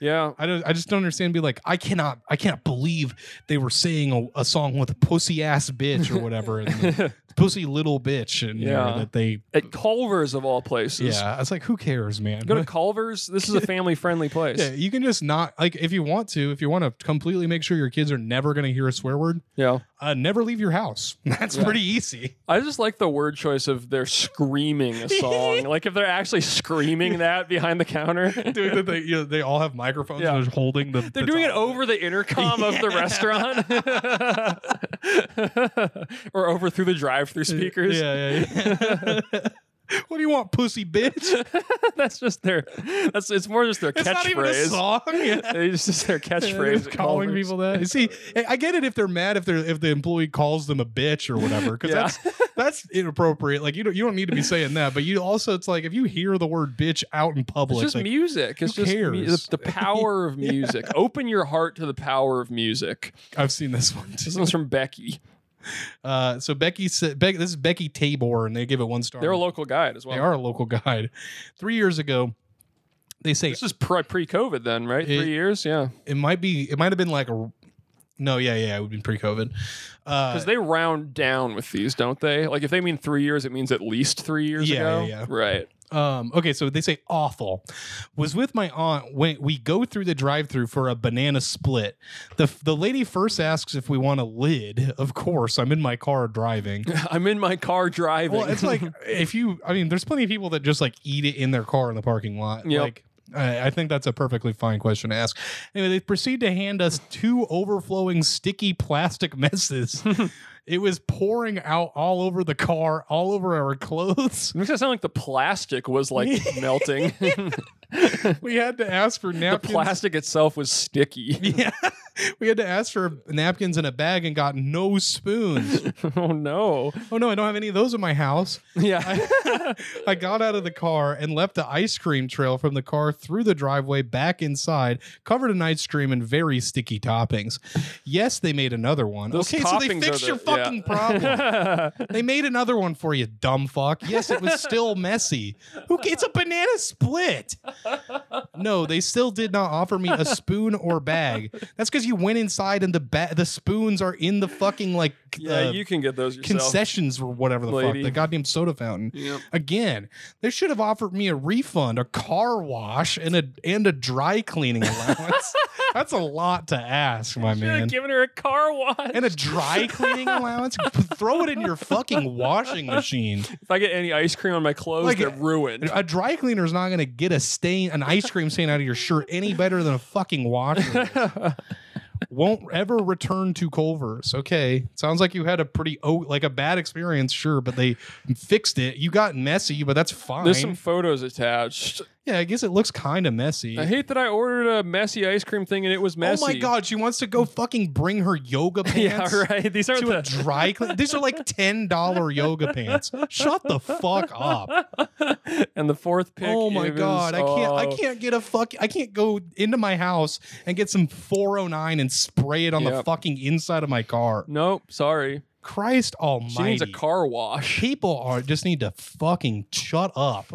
S1: Yeah.
S2: I don't. I just don't understand. Be like, I cannot. I can't believe they were saying a, a song with pussy ass bitch or whatever, and
S1: *laughs*
S2: the pussy little bitch, and yeah,
S1: Yeah.
S2: that they.
S1: At Culver's of all places.
S2: Yeah, it's like who cares, man.
S1: Go to Culver's. This
S2: *laughs*
S1: is a family friendly place.
S2: Yeah, you can just not like if you want to, if you want to completely make sure your kids are never going to hear a swear word,
S1: yeah.
S2: uh, never leave your house. *laughs* That's pretty easy. *laughs*
S1: I just like the word choice of they're screaming a *laughs* song. like if they're actually screaming that behind the counter. *laughs*
S2: Dude, that they, you know, they all have microphones
S1: Yeah.
S2: and they're holding the.
S1: They're doing it over the intercom of the restaurant *laughs* or over through the drive through speakers.
S2: Uh, Yeah, yeah, yeah. *laughs* what do you want, pussy bitch?
S1: *laughs* that's just their that's it's more just their
S2: It's not even a
S1: catchphrase.
S2: song. Yeah.
S1: *laughs* It's just their
S2: They're
S1: catchphrase.
S2: just
S1: at
S2: calling
S1: Culver's.
S2: people that. You
S1: *laughs*
S2: See, I- I get it if they're mad if they're if the employee calls them a bitch or whatever because
S1: Yeah.
S2: that's that's inappropriate. Like you don't you don't need to be saying that, but you also it's like if you hear the word bitch out in
S1: It's
S2: public,
S1: just
S2: like,
S1: music. It's
S2: who
S1: just mu-
S2: cares?
S1: the, the power of
S2: *laughs*
S1: music. Open your heart to the power of music.
S2: I've seen this one.
S1: This
S2: Too.
S1: one's from Becky.
S2: Uh, so Becky, sa- Beck, this is Becky Tabor, and they give it one star.
S1: They're a local guide as well.
S2: Um, They are a local guide. Three years ago, they say
S1: This is pre pre-COVID then, right?
S2: It-
S1: Three years, yeah.
S2: it might be it might have been like a no, yeah, yeah, it would have been pre-COVID. Uh,
S1: Because they round down with these, don't they? Like if they mean three years, it means at least three years
S2: Yeah,
S1: ago.
S2: yeah, yeah.
S1: Right. *laughs*
S2: Um, okay, so they say awful. Was with my aunt when we go through the drive-through for a banana split. The the lady first asks if we want a lid. Of course, I'm in my car driving.
S1: I'm in my car driving.
S2: Well, it's like if you, I mean, there's plenty of people that just like eat it in their car in the parking lot.
S1: Yep.
S2: Like, I, I think that's a perfectly fine question to ask. Anyway, they proceed to hand us two overflowing sticky plastic *laughs*
S1: *laughs*
S2: messes. it was pouring out all over the car, all over our *laughs* clothes.
S1: *laughs* makes it sound like the plastic was like
S2: *laughs*
S1: melting.
S2: We had to ask for
S1: *laughs* the
S2: napkins.
S1: plastic itself was sticky.
S2: yeah. We had to ask for napkins in a bag and got no
S1: *laughs*
S2: spoons.
S1: oh no.
S2: oh no, I don't have any of those in my house.
S1: Yeah.
S2: I got out of the car and left the ice cream trail from the car through the driveway back inside, covered in ice cream and very sticky toppings. Yes, they made another one.
S1: Those
S2: okay, so they
S1: toppings are
S2: fixed
S1: the-
S2: your fucking
S1: yeah.
S2: problem.
S1: *laughs*
S2: They made another one for you, dumb fuck. Yes, it was still messy. Who, ca- it's a banana split. No, they still did not offer me a spoon or bag. That's because you went inside and the ba- the spoons are in the fucking like
S1: *laughs* yeah,
S2: uh,
S1: you can get those yourself.
S2: concessions or whatever the
S1: lady.
S2: fuck the goddamn soda fountain.
S1: Yep.
S2: Again, they should have offered me a refund, a car wash, and a and a dry cleaning
S1: *laughs*
S2: allowance. That's a lot to ask, my
S1: Should have
S2: man.
S1: given her a car wash.
S2: And a
S1: *laughs*
S2: dry cleaning allowance? Throw it in your fucking washing machine.
S1: if I get any ice cream on my clothes,
S2: Like-
S1: they're ruined.
S2: A dry cleaner is not going to get a stain, an ice cream stain out of your shirt any better than a fucking washer.
S1: *laughs*
S2: Won't ever return to Culver's. Okay, sounds like you had a pretty oh, like a bad experience, sure, but they fixed it. You got messy, but that's fine.
S1: There's some photos attached.
S2: yeah, I guess it looks kind of messy.
S1: I hate that I ordered a messy ice cream thing and it was messy.
S2: Oh my god, she wants to go fucking bring her yoga pants.
S1: *laughs* Yeah, right. These aren't
S2: To a
S1: the
S2: dry clean. These are like ten dollar yoga pants. Shut the fuck up.
S1: and the fourth pick.
S2: oh my
S1: is-
S2: god, I can't I
S1: oh.
S2: can't get a fuck I can't go into my house and get some 409 and spray it on the
S1: Yep.
S2: fucking inside of my car.
S1: Nope, sorry.
S2: Christ almighty.
S1: She needs a car wash. *laughs*
S2: People are just need to fucking shut up.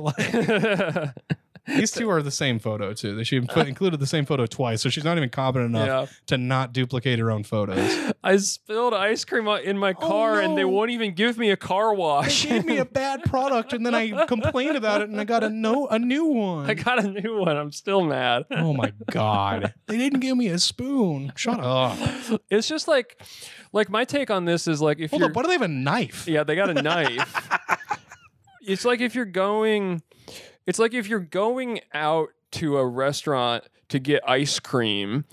S2: *laughs* Like
S1: yeah.
S2: these two are the same photo too. They should put, included the same photo twice, so she's not even competent enough to not duplicate her own photos.
S1: I spilled ice cream o- in my car and they
S2: Oh, no.
S1: won't even give me a car wash.
S2: She
S1: *laughs*
S2: gave me a bad product, and then I complained about it, and I got a no a new one.
S1: I got a new one. I'm still mad.
S2: oh my god! They didn't give me a spoon. Shut up.
S1: It's just like like my take on this is like if
S2: Hold
S1: you're
S2: up. Why do they have a knife?
S1: Yeah, they got
S2: *laughs*
S1: a knife. it's like if you're going it's like if you're going out to a restaurant to get ice cream.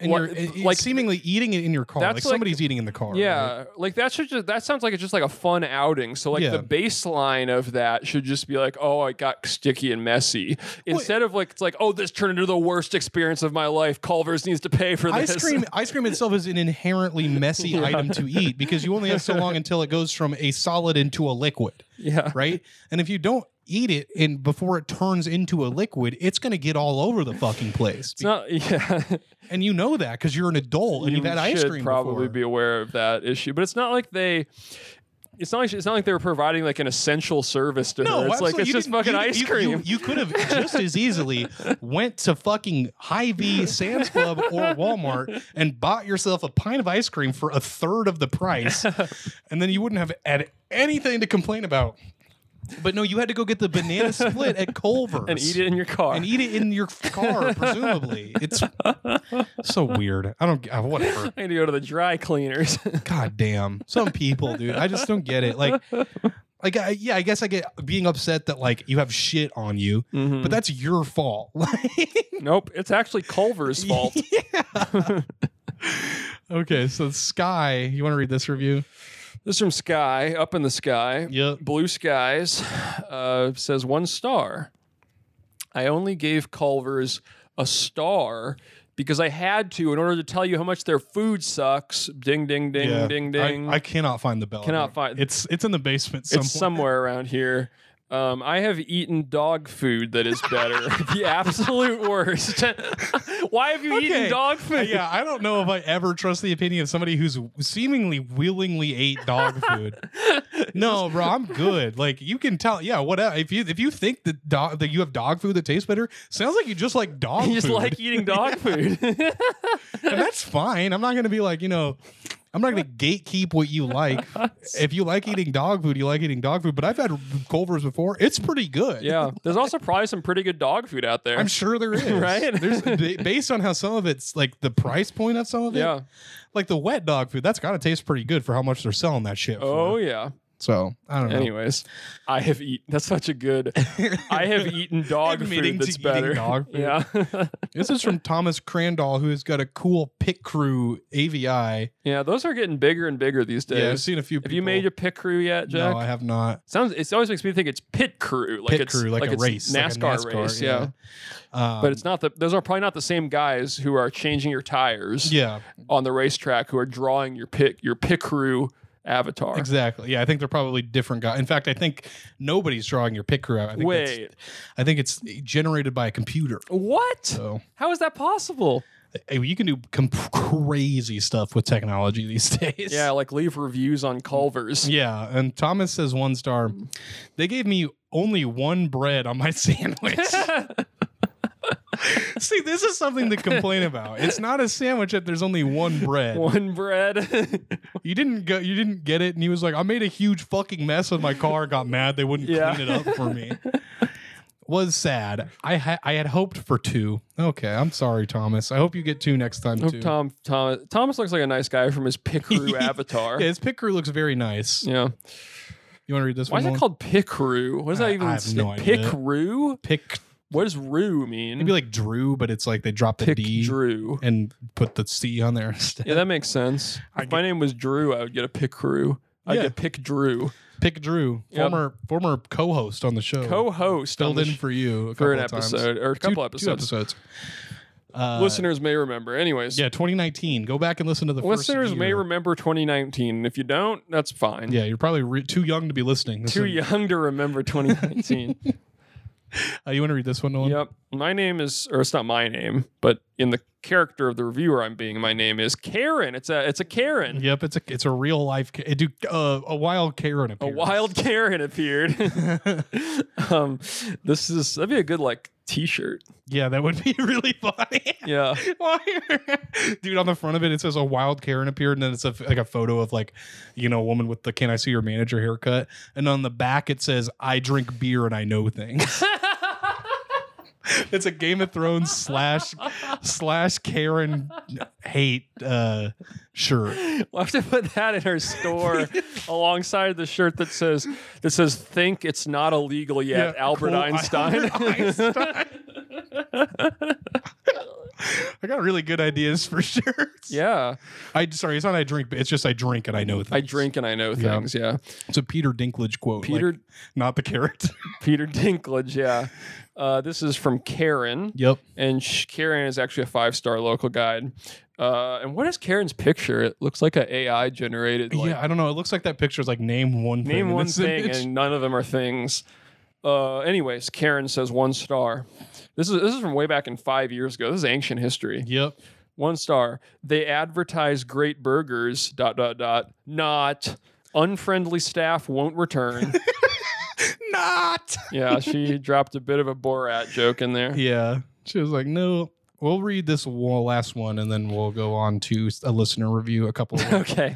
S2: and
S1: What-
S2: you're it- it's
S1: like-
S2: seemingly eating it in your car.
S1: That's
S2: Like
S1: like-
S2: somebody's eating in the car. right?
S1: Yeah, like that should just that sounds like it's just like a fun outing. So like
S2: Yeah.
S1: the baseline of that should just be like, oh, I got sticky and messy, instead of like it's like, oh, this turned into the worst experience of my life. Culver's needs to pay for this.
S2: Ice
S1: *laughs*
S2: cream, ice cream itself is an inherently messy item to eat because you only have so long until it goes from a solid into a liquid,
S1: yeah,
S2: right? And if you don't eat it and before it turns into a liquid, it's going to get all over the fucking place.
S1: It's not. *laughs* Yeah.
S2: and you know that because you're an adult and
S1: you
S2: you've had ice
S1: should
S2: cream
S1: probably
S2: before.
S1: be aware of that issue. But it's not like they. It's not like it's not like they were providing like an essential service to
S2: no,
S1: her. It's like
S2: absolutely.
S1: it's
S2: You
S1: just
S2: didn't-
S1: fucking
S2: you-
S1: ice
S2: you-
S1: cream.
S2: You, you could have just as easily went to fucking Hy-Vee, Sam's Club, or Walmart and bought yourself a pint of ice cream for a third of the
S1: *laughs*
S2: price, and then you wouldn't have had anything to complain about. But no, you had to go get the banana split at Culver's
S1: *laughs* and eat it in your car.
S2: and eat it in your car, presumably. It's so weird. I don't. g- uh, Whatever.
S1: *laughs* I need to go to the dry cleaners.
S2: God damn. Some people, dude. I just don't get it. Like, like, I, yeah, I guess I get being upset that like you have shit on you, *laughs*
S1: Hmm.
S2: but that's your fault. *laughs* Like,
S1: *laughs* nope, it's
S2: *laughs*
S1: actually Culver's fault.
S2: okay, so Sky, you want to read this review?
S1: This is from Sky, up in the sky.
S2: Yep.
S1: Blue Skies uh, says one star. I only gave Culver's a star because I had to in order to tell you how much their food sucks. Ding, ding, ding, ding, ding.
S2: I, I cannot find the bell.
S1: Cannot find-
S2: It's it's in the basement somewhere.
S1: it's somewhere around here. Um, I have eaten dog food that is better. *laughs* the absolute worst. *laughs* Why have you
S2: Okay.
S1: eaten dog food?
S2: Uh,
S1: *laughs*
S2: yeah, I don't know if I ever trust the opinion of somebody who's seemingly willingly ate dog
S1: *laughs*
S2: food. no, bro, I'm good. Like you can tell, yeah, whatever. If you if you think that dog that you have dog food that tastes better, sounds like you just like dog
S1: *laughs* You just
S2: food.
S1: like
S2: *laughs*
S1: eating dog food. *laughs*
S2: and that's fine. I'm not gonna be like, you know, I'm not gonna gatekeep what you
S1: *laughs*
S2: like. if you like eating dog food, you like eating dog food. But I've had Culver's before. It's pretty good.
S1: yeah. There's also probably some pretty good dog food out there.
S2: I'm sure
S1: *laughs*
S2: there is.
S1: Right?
S2: There's ba- based on how some of it's like the price point of some of it.
S1: yeah.
S2: Like the wet dog food, that's gotta taste pretty good for how much they're selling that shit
S1: Oh
S2: for.
S1: yeah.
S2: So I don't know.
S1: Anyways, I have eaten. That's such a good.
S2: *laughs*
S1: I have eaten dog
S2: Admitting
S1: food
S2: to
S1: that's
S2: eating
S1: better. *laughs*
S2: dog food.
S1: Yeah, *laughs*
S2: This is from Thomas Crandall, who has got a cool Pit Crew AVI.
S1: yeah. Those are getting bigger and bigger these days.
S2: Yeah, I've seen a few.
S1: have you made your pit crew yet, Jack?
S2: No, I have not.
S1: Sounds. It always makes me think it's pit crew, like
S2: Pit
S1: it's
S2: Crew, like, a
S1: it's
S2: race, like a
S1: NASCAR, race. Yeah,
S2: Um,
S1: but it's not the. Those are probably not the same guys who are changing your tires
S2: yeah,
S1: on the racetrack who are drawing your pit your pit crew avatar.
S2: exactly. Yeah, I think they're probably different guys. In fact, I think nobody's drawing your Pit Crew out. I think that's-
S1: Wait,
S2: I think it's generated by a computer.
S1: what?
S2: So
S1: How is that possible?
S2: hey, you can do com- crazy stuff with technology these *laughs* days.
S1: Yeah, like leave reviews on Culver's.
S2: Yeah, and Thomas says one star. They gave me only one bread on my *laughs*
S1: *laughs*
S2: sandwich. See, this is something to complain about. It's not a sandwich if there's only one bread.
S1: *laughs* One bread. *laughs*
S2: You didn't go, you didn't get it, and he was like, "I made a huge fucking mess with my car. Got mad they wouldn't
S1: Yeah.
S2: clean it up for
S1: *laughs*
S2: me." Was sad. I ha- I had hoped for two. Okay, I'm sorry, Thomas. I hope you get two next time
S1: Hope
S2: too.
S1: Tom, Thomas Thomas looks like a nice guy from his Pickaroo avatar.
S2: yeah, his pit crew looks very nice.
S1: Yeah.
S2: You want to read this
S1: Why
S2: one?
S1: is it
S2: Nolan?
S1: called Pickaroo? What does
S2: I-
S1: that
S2: I
S1: even
S2: have no
S1: mean?
S2: idea.
S1: Pickaroo?
S2: pick?
S1: What does roo mean?
S2: Maybe like Drew, but it's like they drop the
S1: Pick
S2: D
S1: Drew.
S2: and put the C on there. instead.
S1: Yeah, that makes sense. If my name was Drew, I would get a Pickaroo. I'd
S2: Yeah.
S1: get Pick Drew.
S2: Pick Drew,
S1: Yep.
S2: former former co-host on the show,
S1: Co-host on
S2: filled
S1: the
S2: in
S1: sh-
S2: for you a
S1: for an
S2: couple of times.
S1: episode or a couple
S2: Two-
S1: episodes.
S2: two episodes. Uh,
S1: Listeners may remember. Anyways,
S2: Yeah, 2019. Go back and listen to the first
S1: listeners may
S2: year.
S1: remember 2019. If you don't, that's fine.
S2: Yeah, you're probably re- too young to be listening. This
S1: Too
S2: is-
S1: young to remember 2019.
S2: Uh, you want to read this one, Nolan?
S1: Yep. My name is, or it's not my name, but in the character of the reviewer I'm being, my name is Karen. It's a, it's a Karen.
S2: Yep, it's a it's a real life. Ca- do uh, a wild Karen
S1: A
S2: appearance.
S1: wild *laughs*
S2: *laughs*
S1: Karen appeared. um, this is that'd be a good like T-shirt.
S2: Yeah, that would be *laughs* really funny. *laughs*
S1: Yeah.
S2: Why- Dude, on the front of it, it says a wild Karen appeared, and then it's a, like a photo of like, you know, a woman with the "Can I see your manager?" haircut, and on the back it says, "I drink beer and I know things." *laughs* it's a Game of Thrones slash slash Karen hate uh, shirt.
S1: We'll have to put that in
S2: *laughs*
S1: our store alongside the shirt that says that says "Think it's not illegal yet."
S2: Yeah,
S1: Albert
S2: cool. *laughs*
S1: Einstein. *laughs*
S2: Albert Einstein. *laughs* I got really good ideas for shirts.
S1: yeah,
S2: I sorry, it's not I drink, but it's just I drink and I know things.
S1: I drink and I know
S2: Yeah.
S1: things. Yeah,
S2: It's a Peter Dinklage quote. like,
S1: Peter
S2: not the carrot.
S1: Peter Dinklage. Yeah, uh, this is from Karen.
S2: *laughs* *laughs* yep.
S1: and sh- Karen is actually a five star local guide. Uh, and what is Karen's picture? It looks like a AI generated. Like,
S2: yeah, I don't know. It looks like that picture is like name one thing. *laughs*
S1: Name
S2: in
S1: one
S2: this
S1: thing,
S2: image.
S1: and none of them are things. Uh, anyways, Karen says one star. This is this is from way back in five years ago. This is ancient history.
S2: Yep.
S1: One star. They advertise great burgers. Dot dot dot. Not unfriendly staff won't
S2: *laughs*
S1: return.
S2: Not.
S1: yeah, she dropped a bit of a Borat joke in there.
S2: Yeah. She was like, no, we'll read this one, last one and then we'll go on to a listener review, a couple *laughs* of
S1: Okay.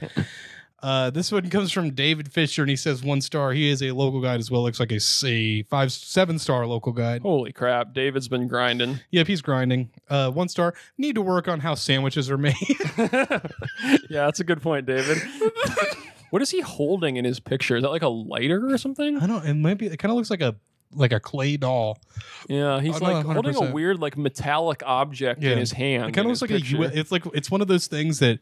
S2: Uh, this one comes from David Fisher, and he says one star. He is a local guide as well. Looks like a, a five, seven star local guide.
S1: Holy crap. David's been grinding.
S2: Yep, he's grinding. Uh, one star. Need to work on how sandwiches are made.
S1: *laughs* yeah, that's a good point, David. what is he holding in his picture? Is that like a lighter or something?
S2: I don't. It might be. It kind of looks like a like a clay doll.
S1: Yeah, he's
S2: Oh, no,
S1: like holding a
S2: 100%.
S1: weird like metallic object
S2: Yeah.
S1: in his hand.
S2: It kind of
S1: in
S2: looks
S1: his
S2: like
S1: picture.
S2: a. *laughs* U- It's like it's one of those things that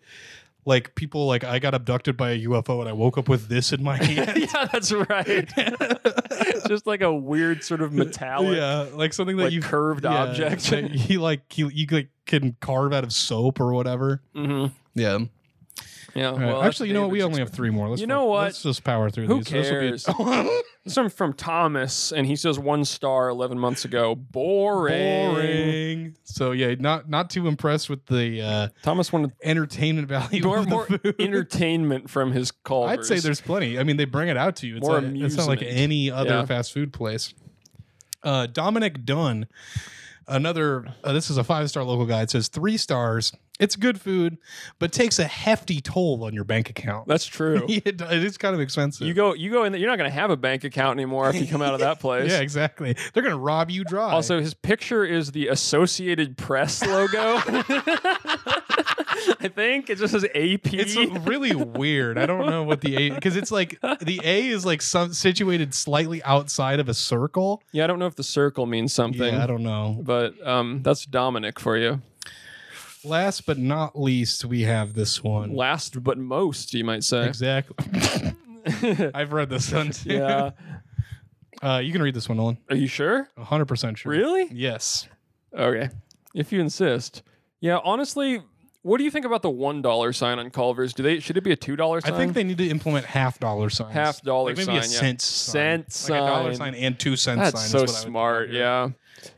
S2: like people like. I got abducted by a UFO, and I woke up with this in my *laughs* hand.
S1: *laughs* yeah, that's right.
S2: *laughs*
S1: Just like a weird sort of metallic,
S2: yeah, like something that
S1: like
S2: you
S1: curved
S2: yeah,
S1: object. *laughs*
S2: that He like he, you like can carve out of soap or whatever.
S1: Mhm.
S2: Yeah.
S1: Yeah.
S2: All right.
S1: well,
S2: Actually,
S1: that's
S2: you know what? We
S1: David's
S2: only have three more. Let's
S1: You know what?
S2: Let's just power through
S1: Who
S2: these. This will be-
S1: This one from Thomas, and he says one star eleven months ago. Boring.
S2: *laughs* Boring. So yeah, not not too impressed with the uh,
S1: Thomas wanted
S2: entertainment value
S1: more,
S2: of the
S1: more
S2: food.
S1: entertainment from his call.
S2: I'd say there's plenty. I mean, they bring it out to you. It's,
S1: More
S2: not, it's not like
S1: amusement.
S2: any other
S1: Yeah.
S2: fast food place. Uh, Dominic Dunn, another. Uh, this is a five star local guy. It says three stars. It's good food, but takes a hefty toll on your bank
S1: *laughs*
S2: account. *laughs*
S1: that's true.
S2: it is kind of expensive.
S1: You go, you go in. There, you're not going to have a bank account anymore if you come out
S2: *laughs*
S1: of that place.
S2: yeah, exactly. They're gonna rob you dry.
S1: Also, his picture is the Associated Press
S2: *laughs*
S1: logo. I think it just says AP. *laughs*
S2: It's really weird. I don't know what the A because it's like the A is like some situated slightly outside of a circle.
S1: yeah, I don't know if the circle means something,
S2: Yeah, I don't know.
S1: but um, that's Dominic for you.
S2: Last but not least, we have this one.
S1: Last but most, you might say.
S2: Exactly. I've read this one too.
S1: *laughs* yeah.
S2: Uh, you can read this one, Nolan.
S1: Are you sure?
S2: 100% sure.
S1: Really?
S2: Yes.
S1: Okay. If you insist. Yeah. Honestly, what do you think about the one dollar sign on Culver's? Do they should it be a two dollar sign?
S2: I think they need to implement half dollar signs.
S1: Half dollar
S2: like maybe a
S1: sign, yeah.
S2: cent
S1: Cent
S2: sign. Like a dollar
S1: sign.
S2: sign and two cent
S1: that's
S2: sign.
S1: so
S2: is what I would-
S1: smart. Yeah.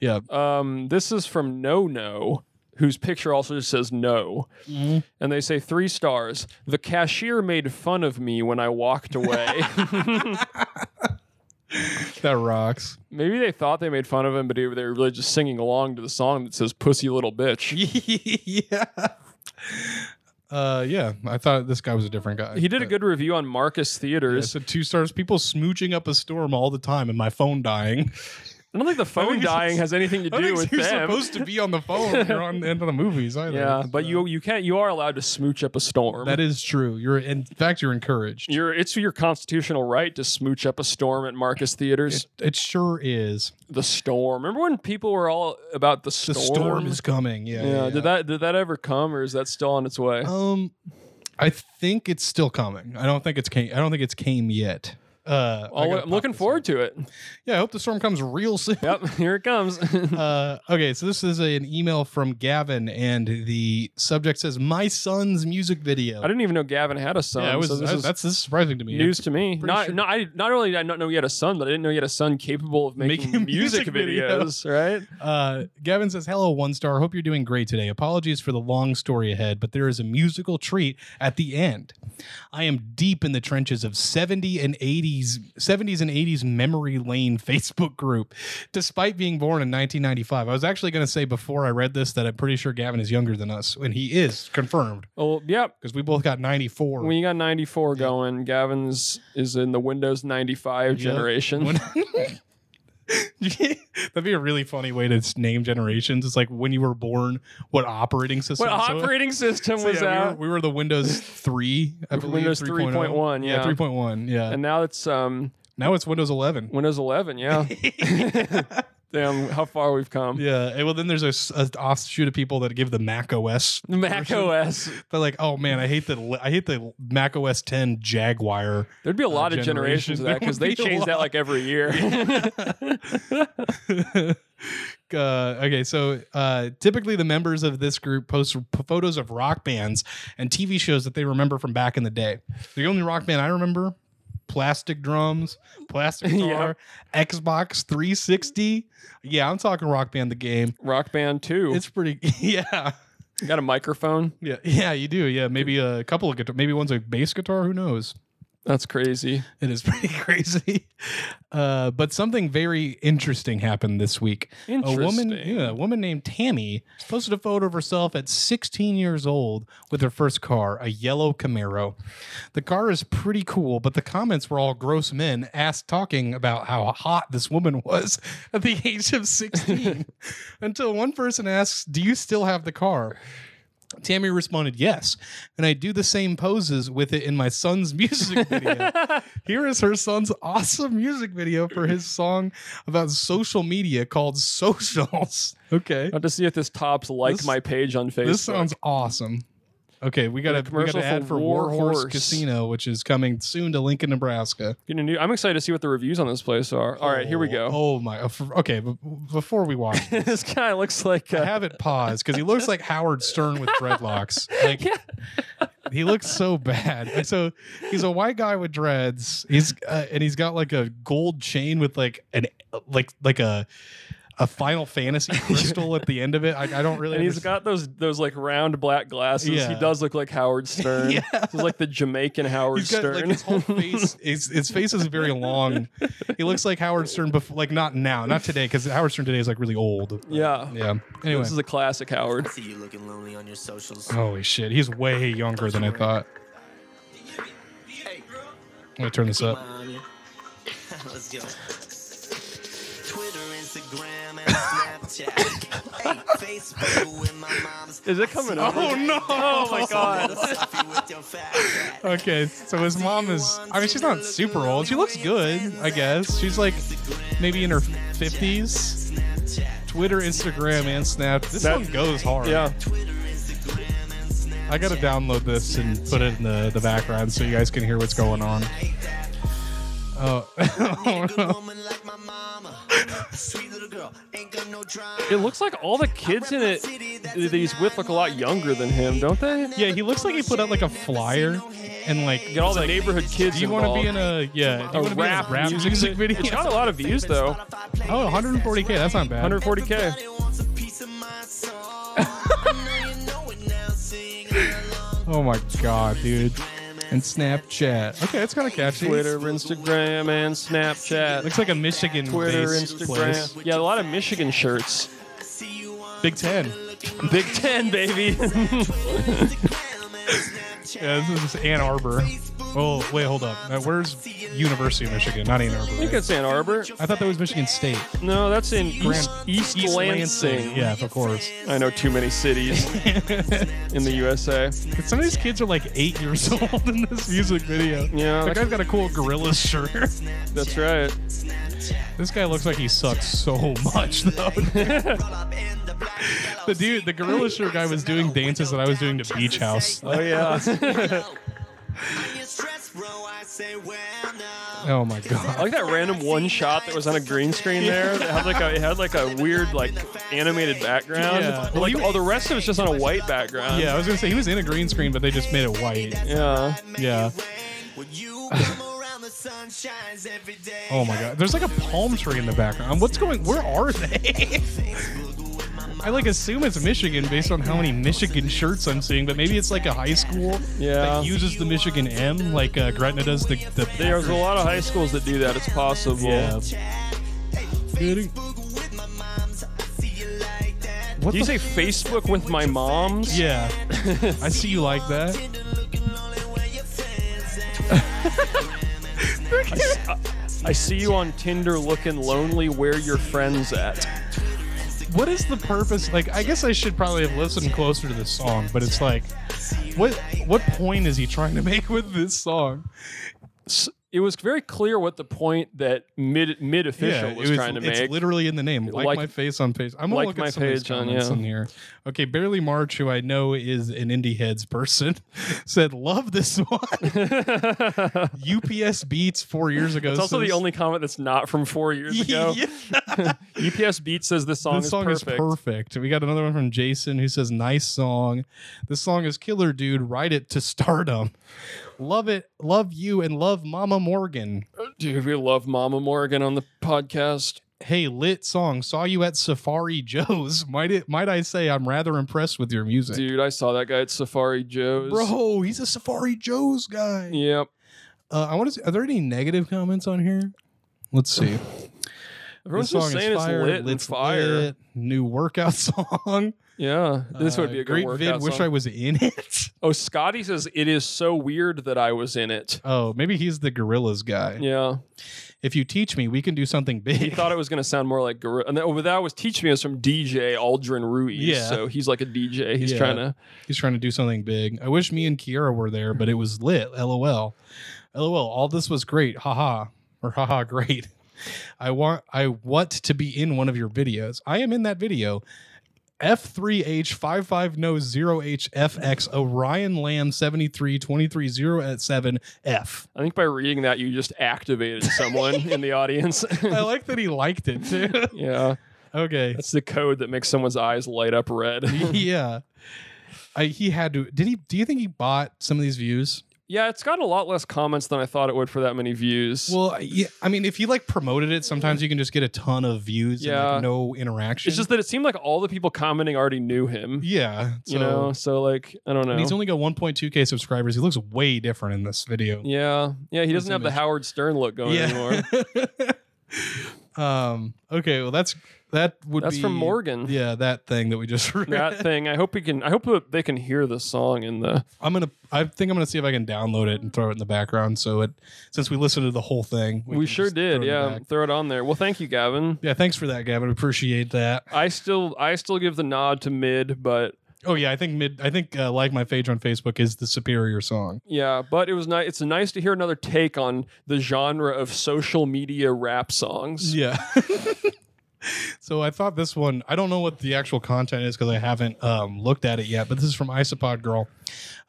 S2: Yeah.
S1: Um, this is from No No, whose picture also just says no.
S2: Mm-hmm.
S1: And they say three stars. The cashier made fun of me when I
S2: *laughs*
S1: walked away.
S2: That rocks. *laughs*
S1: Maybe they thought they made fun of him, but they were they were really just singing along to the song that says "Pussy Little Bitch."
S2: yeah. Uh, yeah. I thought this guy was a different guy.
S1: He did a
S2: But-
S1: good review on Marcus
S2: Yeah,
S1: Theaters.
S2: It's a two stars. People smooching up a storm all the time, and my phone
S1: *laughs*
S2: dying.
S1: I don't think the phone
S2: think it's-
S1: dying has anything
S2: *laughs*
S1: to
S2: I
S1: do with
S2: you're
S1: them.
S2: supposed to be on the phone. when You're on the end of the
S1: *laughs*
S2: movies, either.
S1: yeah,
S2: So-
S1: but you you can't you are allowed to smooch up a storm.
S2: That is true. You're in fact you're encouraged.
S1: your it's your constitutional right to smooch up a storm at Marcus Theaters.
S2: It sure is.
S1: The storm. Remember when people were all about the
S2: The
S1: storm?
S2: storm, is coming. Yeah.
S1: Yeah, Did that did that ever come, or is that still on its way?
S2: Um, I think it's still coming. I don't think it's came. I don't think it's came yet. Uh,
S1: I'll- I'm looking forward to it. *laughs*
S2: Yeah, I hope the storm comes real soon.
S1: Yep, here it comes. *laughs*
S2: *laughs* Uh, okay, so this is a- an email from Gavin, and the subject says, "My son's music video."
S1: I didn't even know Gavin had a son.
S2: yeah, I was,
S1: so this
S2: I-
S1: is
S2: that's this is surprising to me.
S1: news to me.
S2: pretty
S1: Not,
S2: sure-
S1: not, I, not only did I not know he had a son, but I didn't know he had a son capable of making,
S2: Making *laughs*
S1: music,
S2: music
S1: videos. Right?
S2: Uh, Gavin says, "Hello, one star. Hope you're doing great today. Apologies for the long story ahead, but there is a musical treat at the end. I am deep in the trenches of 70 and 80s, 70s and 80s memory lane *laughs* Facebook group. Despite being born in 1995, I was actually going to say before I read this that I'm pretty sure Gavin is younger than us, and he is confirmed
S1: Well, yep.
S2: because we both got 94.
S1: When you got 94 going, Gavin's is in the Windows 95
S2: Yeah. *laughs*
S1: generation.
S2: When- *laughs* That'd be a really funny way to s- name generations. It's like when you were born, what operating system? *laughs*
S1: what
S2: So-
S1: operating system
S2: So,
S1: was
S2: yeah,
S1: out?
S2: We were, we were the
S1: *laughs*
S2: Windows 3, I believe.
S1: Windows 3.1, yeah.
S2: 3.1, yeah.
S1: and now it's um,
S2: now it's Windows
S1: *laughs*
S2: 11.
S1: Windows
S2: *laughs*
S1: 11. Yeah. Damn, how far we've come.
S2: Yeah. and Well, then there's a, s- a offshoot of people that give the Mac OS.
S1: Mac OS.
S2: They're like, oh man, I hate the li- I hate the Mac OS 10 Jaguar.
S1: There'd be a lot of
S2: Uh, generation.
S1: generations of
S2: There
S1: that because
S2: would
S1: they
S2: be a
S1: change that
S2: lot.
S1: like
S2: *laughs*
S1: every year.
S2: uh, okay, so uh, typically the members of this group post p- photos of rock bands and TV shows that they remember from back in the day. The only rock band I remember plastic drums, plastic guitar, Xbox 360. Yeah, I'm talking Rock Band the game.
S1: Rock Band 2.
S2: It's pretty. *laughs* Yeah,
S1: got a microphone.
S2: yeah, yeah. You do. Yeah, maybe a couple of guitar. Maybe one's a bass guitar. Who knows?
S1: That's crazy.
S2: It is *laughs* pretty crazy. Uh, but something very interesting happened this week. A
S1: Interesting.
S2: woman, yeah, a woman named Tammy posted a photo of herself at 16 years old with her first car, a yellow Camaro. The car is pretty cool, but the comments were all gross men asked talking about how hot this woman *laughs* was at the age of 16. Until one person asks, "Do you still have the car?" Tammy responded, "Yes." And I do the same poses with it in my son's *laughs* music video. Here is her son's awesome music video for his song about social media called Socials. Okay.
S1: I'll have to see if this tops like
S2: This-
S1: my page on Facebook.
S2: This sounds awesome. Okay, we got
S1: a
S2: a we got
S1: commercial
S2: an ad
S1: for
S2: for
S1: War
S2: War Horse
S1: Horse.
S2: Casino, which is coming soon to Lincoln, Nebraska.
S1: You know, I'm excited to see what the reviews on this place are. All right, here we
S2: Oh,
S1: go.
S2: Oh my. Okay, b- before we watch,
S1: *laughs* this guy looks like
S2: I
S1: uh,
S2: have it paused because he looks like Howard Stern with dreadlocks. Like he looks so bad. And so he's a white guy with dreads. He's uh, and he's got like a gold chain with like an like like a a Final Fantasy
S1: *laughs*
S2: crystal at the end of it. I, I don't really.
S1: and he's
S2: understand-
S1: got those those like round black glasses. He
S2: Yeah.
S1: does look
S2: *laughs*
S1: like Howard Stern.
S2: Yeah.
S1: He's like the Jamaican Howard
S2: He's got
S1: Stern.
S2: like his
S1: *laughs*
S2: whole face. His, his face is very long. He looks like Howard Stern, before, like not now, not today, because Howard Stern today is like really old.
S1: yeah.
S2: Yeah. Anyway,
S1: This is a classic
S2: *laughs*
S1: Howard.
S3: I see you looking lonely on your
S1: Oh.
S3: socials.
S2: holy shit, he's way younger than I thought.
S3: Hey,
S2: I'm gonna turn this up.
S3: on you. *laughs* Let's go. Twitter, Instagram, and Snapchat. hey, Facebook with my mom's.
S1: Is
S3: *laughs*
S1: it coming up?
S2: Oh, no.
S1: Oh my
S2: *laughs*
S1: god. *laughs*
S2: Okay, so his mom is. I mean, she's not super old. She looks good, I guess. She's like maybe in her 50s. Twitter, Instagram, and Snap. This
S1: That-
S2: one goes hard.
S1: yeah.
S2: I gotta download this and put it in the, the background so you guys can hear what's going on. Oh, oh *laughs* no.
S1: It looks like all the kids in it that he's with look a lot younger than him, don't they?
S2: Yeah, he looks like he put out like a flyer and like.
S1: Get all the neighborhood kids
S2: Do you want
S1: involved.
S2: to be in a yeah? Do you
S1: a
S2: wanna be in
S1: rap, music, video? It's got a lot of views though.
S2: Oh, 140k. That's not bad.
S1: 140k.
S2: Oh my god, dude. And Snapchat. Okay, it's kind of catchy.
S1: Twitter, Instagram, and Snapchat.
S2: Looks like a Michigan
S1: Twitter,
S2: based
S1: Instagram.
S2: place.
S1: Yeah, a lot of Michigan shirts.
S2: Big Ten.
S1: Big Ten, baby. *laughs*
S2: Yeah, this is Ann Arbor. Oh, wait, hold up. Uh, where's University of Michigan? Not Ann Arbor.
S1: I think
S2: right?
S1: it's Ann Arbor.
S2: I thought that was Michigan State.
S1: No, that's in East,
S2: Grand-
S1: East, Lansing.
S2: Yeah, of course.
S1: I know too many *laughs* cities in the USA.
S2: But some of these kids are like eight years *laughs* old in this music video.
S1: Yeah,
S2: That guy's got a cool gorilla shirt.
S1: that's right.
S2: This guy looks like he sucks so much, though. *laughs* the dude, the gorilla shirt guy was doing dances that I was doing to Beach House.
S1: Oh yeah.
S2: Oh my
S1: I
S2: god.
S1: like that random one shot that was on a green screen there. That had like a, it had like a weird like animated background.
S2: Yeah.
S1: But like all the rest of it's just on a white background.
S2: Yeah, I was gonna say he was in a green screen, but they just made it white.
S1: Yeah.
S2: Yeah.
S1: *laughs*
S2: Oh my god. There's like a palm tree in the background. What's going where are they? *laughs* I like assume it's Michigan based on how many Michigan shirts I'm seeing, but maybe it's like a high school
S1: Yeah.
S2: that uses the Michigan M like uh, Gretna does the, the
S1: There's a lot of high schools that do that. It's possible.
S2: Yeah. Good. What
S1: Do you
S2: the
S1: say Facebook with my moms?
S2: Yeah.
S1: *laughs*
S2: I see you like that.
S1: I see you on Tinder looking lonely. Where your friends at?
S2: What is the purpose? Like, I guess I should probably have listened closer to this song, but it's like, what what point is he trying to make with this song?
S1: S- It was very clear what the point that mid mid official
S2: it
S1: was, trying to
S2: it's
S1: make.
S2: literally in the name. Like,
S1: Like-
S2: my face on page. I'm gonna
S1: like
S2: look
S1: my
S2: at some of these
S1: page on,
S2: comments
S1: yeah.
S2: in here. Okay, barely March, who I know is an indie heads person, *laughs* said love this
S1: *laughs*
S2: one. UPS Beats four years ago.
S1: it's also the
S2: says- *laughs*
S1: only comment that's not from four years ago.
S2: Yeah.
S1: UPS Beat says this song,
S2: this song
S1: is perfect.
S2: is perfect. We got another one from Jason who says, "Nice song. This song is killer, dude. Write it to stardom." Love it. Love you and love Mama Morgan.
S1: Dude, we love Mama Morgan on the podcast.
S2: Hey, lit song. Saw you at Safari Joe's. *laughs* Might it? Might I say I'm rather impressed with your music,
S1: Dude, I saw that guy at Safari Joe's.
S2: bro? He's a Safari Joe's guy.
S1: Yep.
S2: Uh, I want to. Are there any negative comments on here? Let's see.
S1: *laughs* Everyone's
S2: This
S1: just saying it's
S2: fire,
S1: lit and
S2: lit's
S1: fire.
S2: lit. New workout *laughs* song.
S1: Yeah, this would
S2: Uh,
S1: be a
S2: great
S1: great good
S2: vid.
S1: workout
S2: Wish
S1: song.
S2: I was in *laughs* it.
S1: oh, Scotty says it is so weird that I was in it.
S2: Oh, maybe he's the gorillas guy.
S1: Yeah,
S2: If you teach me, we can do something
S1: he
S2: big.
S1: thought it was going to sound more like gorilla. And that, well, that was teaching me it was from DJ Aldrin Ruiz.
S2: Yeah.
S1: so he's like a DJ. He's
S2: Yeah.
S1: trying to.
S2: He's trying to do something big. I wish me and Kiara were there, but it was lit. LOL. LOL. All this was great. Haha. Or haha, *laughs* great. I want I want to be in one of your videos. I am in that video. F3H550ZHFX Orion Lamb 73230 at 7F.
S1: I think by reading that, you just activated someone in the audience.
S2: *laughs* I like that he liked it too.
S1: *laughs*
S2: *laughs*
S1: yeah,
S2: okay.
S1: that's the code that makes someone's eyes light
S2: *laughs*
S1: up red.
S2: yeah. I, he had to did he do you think he bought some of these views?
S1: yeah, it's gotten a lot less comments than I thought it would for that many views.
S2: Well, I- yeah, I mean, if you like promoted it, sometimes you can just get a ton of views and
S1: Yeah.
S2: like no interaction.
S1: it's just that it seemed like all the people commenting already knew him.
S2: yeah, so,
S1: you know, so like I don't know.
S2: and he's only got 1.2k subscribers. He looks way different in this video.
S1: Yeah, yeah. He doesn't have the
S2: image.
S1: Howard Stern look
S2: *laughs*
S1: going anymore.
S2: um. Okay. Well, that's that would
S1: That's
S2: be
S1: from Morgan.
S2: Yeah, that thing that we just *laughs* read.
S1: That thing. I hope we can. I hope that they can hear the song in the.
S2: I'm gonna. I think I'm gonna see if I can download it and throw it in the background. So it since we listened to the whole thing,
S1: We,
S2: can
S1: sure
S2: just throw it in
S1: did.
S2: the
S1: Yeah,
S2: back.
S1: throw it on there. Well, thank you, Gavin.
S2: Yeah. Thanks for that, Gavin. Appreciate that.
S1: I still, I still give the nod to mid, but
S2: Oh yeah, I think mid. I think uh, like my page on Facebook is the superior song.
S1: yeah, but it was nice. It's nice to hear another take on the genre of social media rap songs.
S2: Yeah. *laughs* so I thought this one. I don't know what the actual content is because I haven't um, looked at it yet. But this is from Isopod Girl,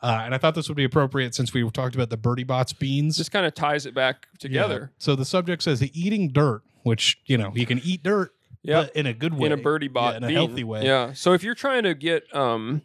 S2: uh, and I thought this would be appropriate since we talked about the Birdie Bots beans
S1: Just kind of ties it back together
S2: Yeah. So the subject says eating dirt, which you know you can eat dirt,
S1: Yeah.
S2: but in a good way,
S1: in a birdie bot,
S2: Yeah, in a
S1: bean.
S2: healthy way.
S1: Yeah. So if you're trying to get, um,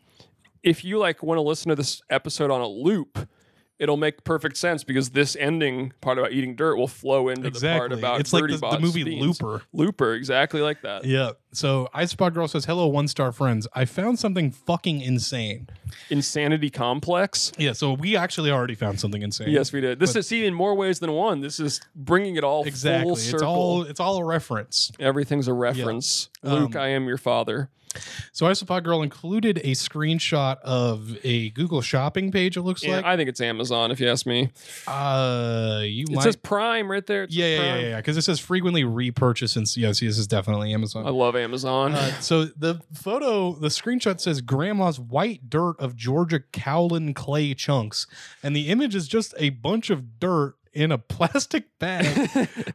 S1: if you like want to listen to this episode on a loop. It'll make perfect sense because this ending part about eating dirt will flow into the part
S2: Exactly.
S1: about
S2: It's like
S1: birdie
S2: the, the
S1: bots
S2: movie
S1: beans.
S2: Looper.
S1: Looper, exactly like that.
S2: Yeah. So Isopod Girl says, "Hello, one star friends. I found something fucking insane."
S1: Insanity Complex.
S2: Yeah. So we actually already found something insane.
S1: Yes, we did. This is see in more ways than one. This is bringing it all
S2: Exactly.
S1: full
S2: It's
S1: circle.
S2: all it's all a reference.
S1: Everything's a reference. Luke,
S2: Um,
S1: I am your father.
S2: So Isopod Girl included a screenshot of a Google shopping page. It looks
S1: Yeah,
S2: like.
S1: I think it's Amazon, if you ask me.
S2: uh, you
S1: It
S2: might.
S1: says Prime right there. It says
S2: yeah, yeah, yeah,
S1: Prime.
S2: yeah, yeah. Because it says frequently repurchase. And yes, this is definitely Amazon.
S1: I love Amazon.
S2: Uh, so the photo, the screenshot says grandma's white dirt of Georgia cowlin clay chunks. And the image is just a bunch of dirt in a *laughs* plastic
S1: *laughs*
S2: bag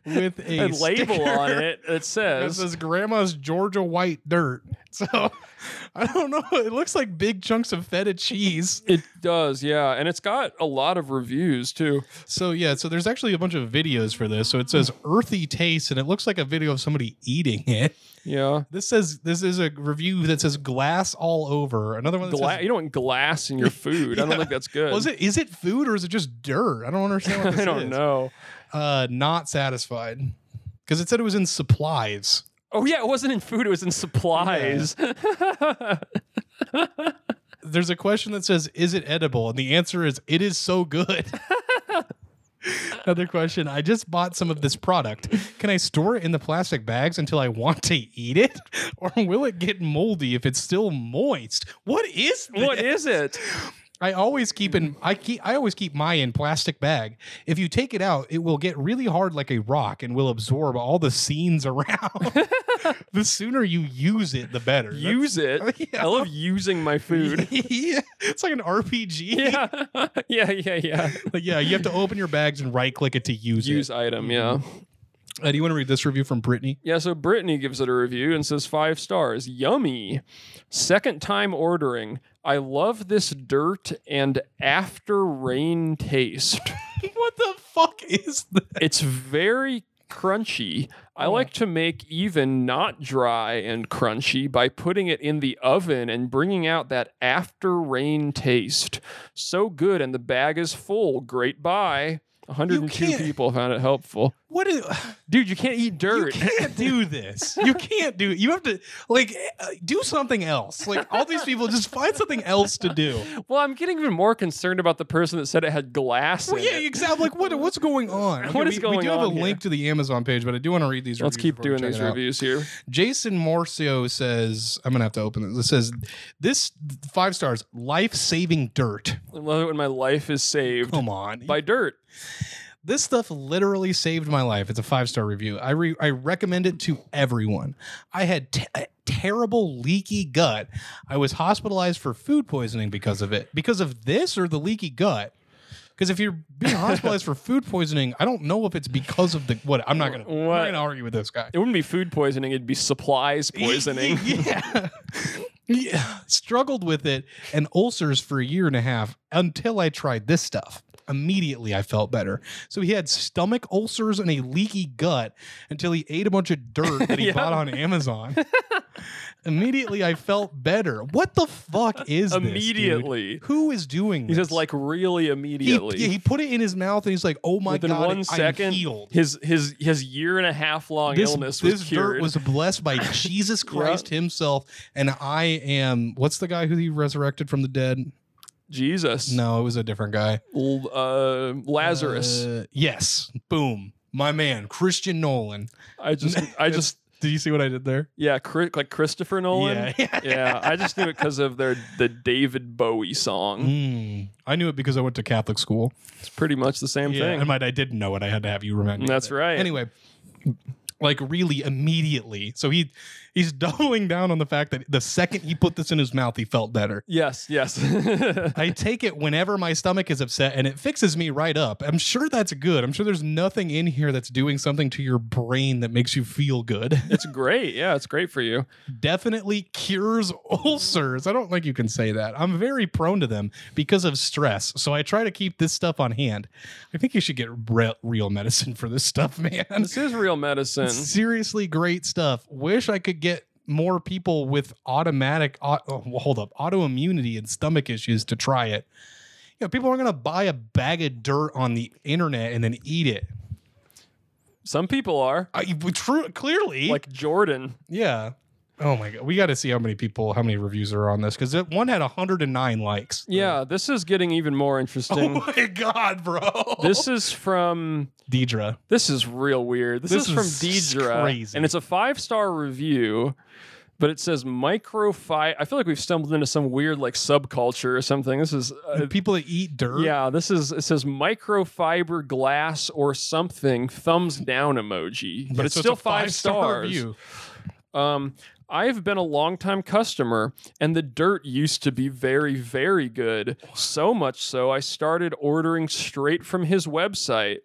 S2: with a, *laughs*
S1: a label
S2: sticker
S1: on it that
S2: That
S1: says
S2: says grandma's Georgia white dirt. *laughs* So I don't know. It looks like big chunks of feta cheese.
S1: it does, yeah, and it's got a lot of reviews too.
S2: So yeah, so there's actually a bunch of videos for this. So it says earthy taste, and it looks like a video of somebody eating it.
S1: Yeah,
S2: This says this is a review that says glass all over. Another one that
S1: Gla-
S2: says
S1: you don't want glass in your food. I don't
S2: Yeah.
S1: think that's good.
S2: Was it is it food or is it just dirt? *laughs* I don't understand what this
S1: *laughs* I don't
S2: is.
S1: know.
S2: Uh not satisfied. Because it said it was in supplies.
S1: Oh yeah, it wasn't in food. It was in supplies.
S2: There's a question that says, Is it edible? And the answer is it is so good. *laughs* Another question. I just bought some of this product. Can I store it in the plastic bags until I want to eat it? *laughs* Or will it get moldy if it's still moist? What is this?
S1: *laughs* What is it?
S2: *laughs* I always keep in I keep I always keep my in plastic bag. If you take it out, it will get really hard like a rock and will absorb all the scenes around. *laughs* the sooner you use it, the better.
S1: Use it.
S2: *laughs* Yeah.
S1: I love using my food. *laughs*
S2: That's- *laughs* yeah. It's like an RPG.
S1: yeah, *laughs* yeah, yeah, yeah.
S2: Like, yeah, you have to open your bags and right click it to use,
S1: Use
S2: it.
S1: item, yeah.
S2: Uh, do you want to read this review from Brittany? *laughs*
S1: Yeah, so Brittany gives it a review and says five stars. Yummy. Second time ordering. I love this dirt and after rain taste. *laughs*
S2: what the fuck is that?
S1: it's very crunchy, I like to make even not dry and crunchy by putting it in the oven and bringing out that after rain taste. So good, and the bag is full. Great buy. 102
S2: can't-
S1: people found it helpful.
S2: What is?
S1: Dude, you can't eat dirt.
S2: You can't do this. You can't do. You have to like uh, do something else. Like all these people, just find something else to
S1: *laughs*
S2: do.
S1: well, I'm getting even more concerned about the person that said it had glass.
S2: Well,
S1: in
S2: yeah,
S1: it.
S2: exactly. Like what? What's going on?
S1: What
S2: we,
S1: is
S2: We
S1: going
S2: do have
S1: on
S2: a
S1: here?
S2: link to the Amazon page, but I do want to read these.
S1: Let's
S2: reviews
S1: keep
S2: before we
S1: doing
S2: check
S1: these
S2: it out.
S1: reviews here.
S2: Jason Morcio says, "I'm gonna have to open this." It says, "This five stars, life saving dirt."
S1: I love it when my life is saved
S2: Come on,
S1: by dirt.
S2: This stuff literally saved my life. It's a five star review. I re- I recommend it to everyone. I had t- a terrible leaky gut. I was hospitalized for food poisoning because of it. Because of this or the leaky gut. Because if you're being hospitalized for food poisoning, I don't know if it's because of the what. I'm not gonna. I'm
S1: What?
S2: not gonna argue with this guy.
S1: It wouldn't be food poisoning, it'd
S2: *laughs*
S1: be supplies poisoning.
S2: yeah. *laughs* yeah. Struggled with it and ulcers for a year and a half until I tried this stuff. Immediately, I felt better. So he had stomach ulcers and a leaky gut until he ate a bunch of dirt that he
S1: *laughs* Yeah.
S2: bought on Amazon. *laughs* Immediately, I felt better. What the fuck is this, dude?
S1: Uh, immediately.
S2: Who is doing
S1: He
S2: this?
S1: says like really
S2: he,
S1: immediately.
S2: yeah, he put it in his mouth and he's like, "Oh my
S1: Within
S2: god,
S1: one
S2: I'm
S1: second,
S2: healed."
S1: his his his year and a half long
S2: this,
S1: illness
S2: this
S1: was cured.
S2: dirt was blessed
S1: *laughs*
S2: by Jesus
S1: Yeah.
S2: Christ himself, and I am what's the guy who he resurrected from the dead?
S1: Jesus,
S2: No, it was a different guy.
S1: L- uh, Lazarus.
S2: Uh, yes. Boom. My man, Christian Nolan.
S1: I just
S2: *laughs*
S1: I just
S2: Did you see what I did there?
S1: yeah, Chri- like Christopher Nolan.
S2: Yeah. *laughs*
S1: yeah, I just knew it because of their the David Bowie song.
S2: *laughs* Mm. I knew it because I went to Catholic school.
S1: It's pretty much the same
S2: Yeah,
S1: thing.
S2: And my, I didn't know it. I had to have you remember.
S1: That's
S2: it.
S1: right.
S2: Anyway, like really immediately. So he he's *laughs* doubling down on the fact that the second he put this in his mouth, he felt better.
S1: yes, yes. *laughs*
S2: I take it whenever my stomach is upset and it fixes me right up. I'm sure that's good. I'm sure there's nothing in here that's doing something to your brain that makes you feel good. *laughs*
S1: it's great. Yeah, it's great for you.
S2: Definitely cures ulcers. I don't think you can say that. I'm very prone to them because of stress. So I try to keep this stuff on hand. I think you should get re- real medicine for this stuff, *laughs* man.
S1: This is real medicine.
S2: Seriously great stuff. Wish I could get more people with automatic au- oh, well, hold up autoimmunity and stomach issues to try it. You know, people aren't going to buy a bag of dirt on the internet and then eat it.
S1: Some people are
S2: I, well, true, clearly,
S1: like Jordan.
S2: yeah. Oh my god, we got to see how many people, how many reviews are on this because one had 109 likes.
S1: Yeah, this is getting even
S2: *laughs*
S1: more
S2: Oh
S1: interesting.
S2: my god, bro!
S1: This is from
S2: Deidre.
S1: This is real weird. This,
S2: This
S1: is from
S2: is
S1: Deidre,
S2: crazy.
S1: and it's a five star review, but it says microfi. I feel like we've stumbled into some weird like subculture or something. This is uh,
S2: The people that eat dirt.
S1: yeah. This is it says microfiber glass or something. Thumbs down emoji, but
S2: Yeah,
S1: it's
S2: so
S1: still
S2: a
S1: five,
S2: five-star
S1: stars.
S2: review.
S1: Um, I've been a longtime customer, and the dirt used to be very, very good. So much so, I started ordering straight from his website.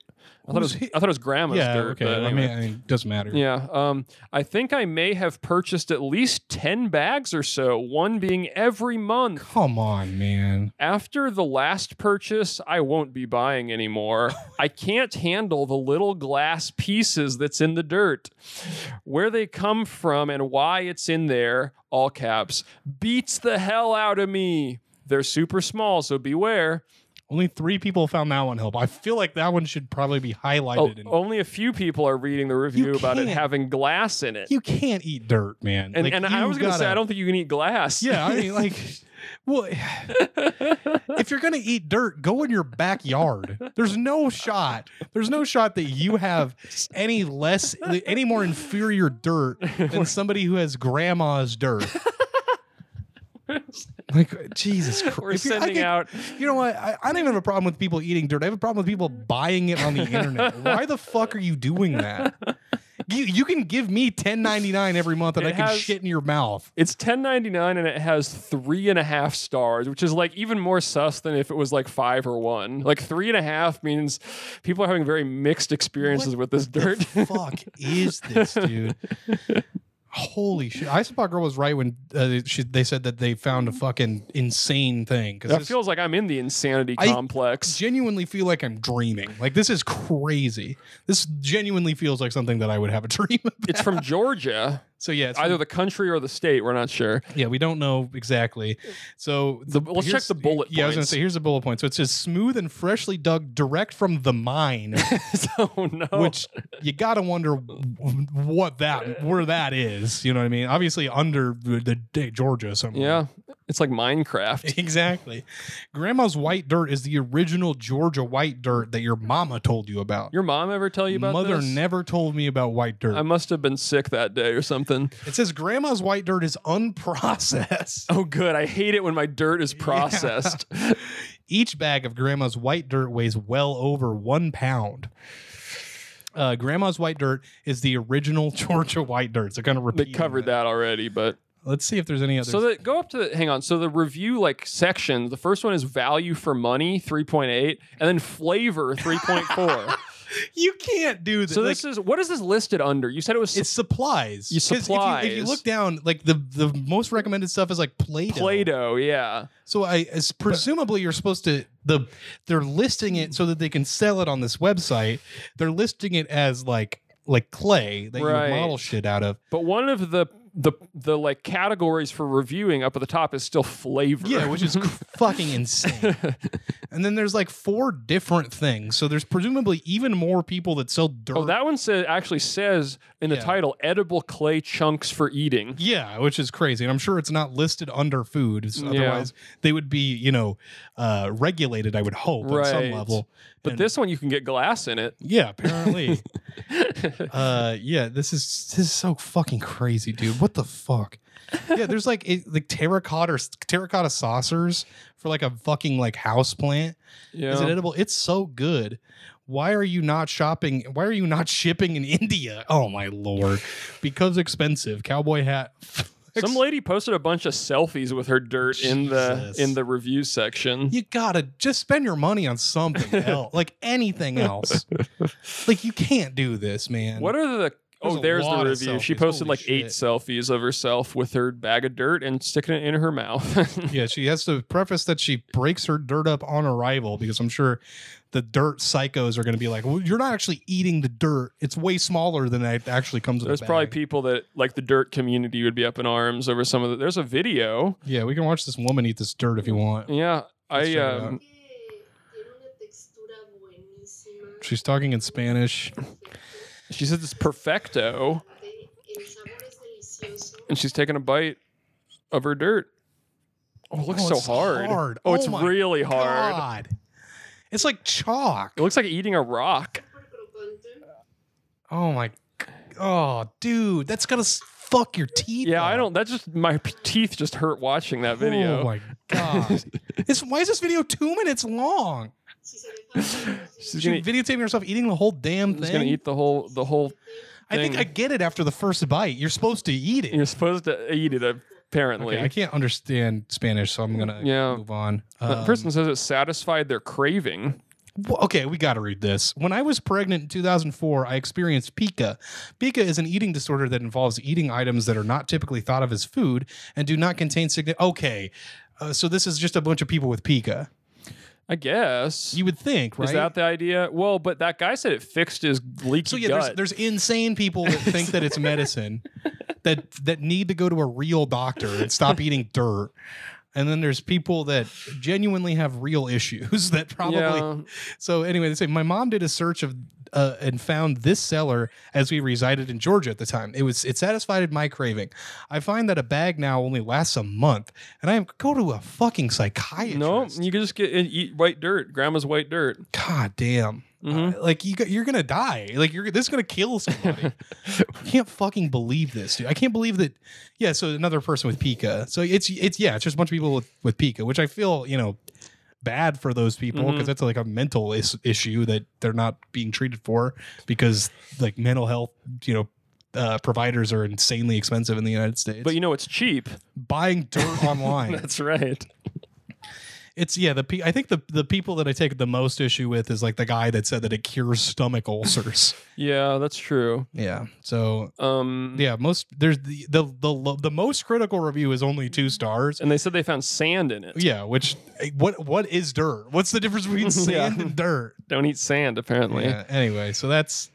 S1: I thought, it
S2: Who's
S1: was,
S2: he-
S1: I thought it was grandma's
S2: Yeah.
S1: dirt.
S2: Okay.
S1: but
S2: I
S1: anyway.
S2: mean, I mean, doesn't matter.
S1: Yeah. Um, I think I may have purchased at least 10 bags or so, one being every month.
S2: Come on, man.
S1: After the last purchase, I won't be
S2: *laughs*
S1: buying anymore. I can't handle the little glass pieces that's in the dirt. Where they come from and why it's in there, all caps, beats the hell out of me. They're super small, so beware.
S2: Only three people found that one help. I feel like that one should probably be
S1: Oh,
S2: highlighted. and
S1: only a few people are reading the review about it
S2: can't.
S1: having glass in it.
S2: you can't eat dirt, man.
S1: and
S2: Like,
S1: and I
S2: you
S1: was going to say,
S2: gotta-
S1: I don't think you can eat
S2: *laughs*
S1: glass.
S2: Yeah, I mean, like, well, if you're gonna eat dirt, go in your backyard. There's no shot. There's no shot that you have any less, any more inferior dirt
S1: *laughs*
S2: than somebody who has grandma's dirt. Like Jesus Christ!
S1: *laughs* We're
S2: If you- I
S1: sending
S2: get-
S1: out.
S2: You know what? I, I don't even have a problem with people eating dirt. I have a problem with people buying it on the
S1: *laughs*
S2: internet. Why the fuck are you doing that? You, you can give me ten ninety nine every month, and
S1: It
S2: I can
S1: has-
S2: shit in your mouth.
S1: It's ten ninety nine, and it has three and a half stars, which is like even more sus than if it was like five or one. Like three and a half means people are *laughs* having very mixed experiences with this dirt.
S2: The fuck is this, dude? Holy shit! I Spot Girl was right when uh, she, they said that they found a fucking insane thing. Because
S1: That feels like I'm in the insanity
S2: I-
S1: complex.
S2: genuinely feel like I'm dreaming. Like this is crazy. This genuinely feels like something that I would have a *laughs* dream of.
S1: It's from Georgia,
S2: So yeah, *laughs* it's
S1: either the country or the state. We're
S2: *laughs*
S1: not sure.
S2: yeah, we don't know exactly. So
S1: The- let's check
S2: here's-
S1: the bullet
S2: Yeah, I was gonna
S1: points.
S2: say here's a bullet point. So it says smooth and freshly dug, direct from the
S1: *laughs*
S2: mine,
S1: so Oh, no,
S2: which you gotta wonder what that where that is. You know what I mean? Obviously under the, the Georgia somewhere.
S1: yeah, it's like Minecraft.
S2: Exactly. Grandma's white dirt is the original Georgia white dirt that your mama told you about.
S1: Your mom ever tell you about
S2: mother
S1: this?
S2: never told me about white dirt.
S1: I must have been sick that day or
S2: *laughs*
S1: something.
S2: it says grandma's white dirt is unprocessed.
S1: Oh, good. I hate it when my dirt
S2: *laughs*
S1: is processed.
S2: Each bag of grandma's white dirt weighs well over one pound. Uh, grandma's white dirt is the original *laughs* Georgia white dirt. So kind of
S1: they
S2: repeat.
S1: covered that already, but
S2: Let's see if there's any others.
S1: so that go up to the, hang on. So the review like section. The first one is value for money, three point eight, and
S2: *laughs*
S1: then flavor, three point four.
S2: you can't do this.
S1: so
S2: Like,
S1: this is what is this listed under? You said it was
S2: it's supplies.
S1: You
S2: 'Cause if you- If you,
S1: supplies.
S2: look down, like the the most recommended stuff is like Play-Doh.
S1: Play-Doh. Yeah,
S2: So I as presumably you're supposed to the they're listing it so that they can sell it on this website. They're listing it as like like clay that
S1: Right.
S2: you model shit out of.
S1: but one of the the the like categories for reviewing up at the top is still flavor.
S2: Yeah, which
S1: *laughs*
S2: is fucking insane. And then there's like four different things. So there's presumably even more people that sell dirt.
S1: oh, that one says actually says in the
S2: Yeah.
S1: title edible clay chunks for eating.
S2: yeah, which is crazy. And I'm sure it's not listed under food. so
S1: Yeah.
S2: Otherwise, they would be, you know, uh, regulated, I would hope, on some
S1: Right.
S2: level.
S1: But
S2: And-
S1: this one you can get glass in it.
S2: Yeah,
S1: *laughs*
S2: apparently. uh, yeah, this is this is so fucking crazy, dude. What the fuck? Yeah, there's like it, like terracotta terracotta saucers for like a fucking like house plant.
S1: Yeah.
S2: Is it edible? It's so good. Why are you not shopping? Why are you not *laughs* shipping in India? Oh my lord, because expensive. Cowboy hat.
S1: Some lady posted a bunch of selfies with her dirt in the
S2: Jesus.
S1: in the review section.
S2: you gotta just spend your money on
S1: *laughs*
S2: something else, like anything else. like you can't do this, man.
S1: What are the
S2: There's
S1: Oh,
S2: a
S1: there's the
S2: lot of
S1: review. She
S2: selfies.
S1: posted
S2: Holy
S1: like eight
S2: shit.
S1: selfies of herself with her bag of dirt and sticking it in her mouth. *laughs*
S2: Yeah, she has to preface that she breaks her dirt up on arrival because I'm sure the dirt psychos are going to be like, "Well, you're not actually eating the dirt. It's way smaller than it actually comes in."
S1: there's
S2: a bag."
S1: probably people that like the dirt community would be up in arms over some of the. There's a video.
S2: yeah, we can watch this woman eat this dirt if you want.
S1: Yeah,
S2: Let's
S1: I
S2: check it
S1: um,
S4: que tiene una textura buenísima.
S2: She's talking in Spanish.
S1: she says it's perfecto,
S4: El sabor es delicioso.
S1: and she's taking a bite of her dirt. Oh, it looks
S2: Oh,
S1: so
S2: it's
S1: hard.
S2: hard.
S1: Oh,
S2: Oh
S1: it's
S2: my
S1: really hard.
S2: God, it's like chalk.
S1: It looks like eating a rock.
S4: Súper crocante.
S2: Oh my, g- oh dude, that's gonna s- fuck your teeth.
S1: Yeah, I
S2: up.
S1: don't. That's just my p- teeth just hurt watching that video.
S2: Oh my god,
S1: *laughs*
S2: this, why is this video two minutes long?
S4: Si se deja
S1: She's
S2: She
S1: gonna,
S2: videotaping herself eating the whole damn
S1: she's
S2: thing.
S1: gonna eat the whole the whole.
S2: I think
S1: thing.
S2: I get it after the first bite. You're supposed to eat it.
S1: You're supposed to eat it apparently.
S2: Okay, I can't understand Spanish, so I'm gonna
S1: Yeah. Uh,
S2: move on.
S1: the
S2: Um,
S1: person says it satisfied their craving.
S2: wh- okay, we got to read this. When I was pregnant in 2004, I experienced pica. Pica is an eating disorder that involves eating items that are not typically thought of as food and do not contain significant. Okay, uh, so this is just a bunch of people with pica.
S1: I guess.
S2: You would think, right?
S1: Is that the idea? Well, but that guy said it fixed his leaky
S2: so yeah,
S1: gut.
S2: there's, there's insane people that think that it's
S1: *laughs*
S2: medicine that that need to go to a real doctor and stop eating dirt. And then there's people that genuinely have real issues *laughs* that probably.
S1: Yeah.
S2: So anyway, they say my mom did a search of uh, and found this cellar as we resided in Georgia at the time. It was it satisfied my craving. I find that a bag now only lasts a month, and I am go to a fucking psychiatrist.
S1: No, you can just get and eat white dirt, grandma's white dirt.
S2: God damn.
S1: Mhm.
S2: Uh, like you, got- you're gonna die. Like you're this is gonna kill somebody. I can't fucking believe this, dude. I can't believe that. Yeah. So another person with Pika. So it's it's yeah. It's just a bunch of people with with Pika, which I feel you know bad for those people because
S1: Mhm.
S2: that's like a mental is- issue that they're not being treated for because like mental health you know uh, providers are insanely expensive in the United States. *laughs*
S1: But you know it's cheap.
S2: buying dirt online.
S1: That's right.
S2: it's yeah. The pe- I think the the people that I take the most issue with is like the guy that said that it cures stomach ulcers.
S1: Yeah, that's true.
S2: yeah. So
S1: Um,
S2: yeah, most there's the the the, lo- the most critical review is only
S1: Mm-hmm.
S2: two stars.
S1: And they said they found sand in it.
S2: Yeah, which eh, what what is dirt? What's the difference between
S1: *laughs* Yeah.
S2: sand and
S1: *laughs*
S2: dirt?
S1: Don't eat sand, apparently.
S2: Yeah, anyway, so that's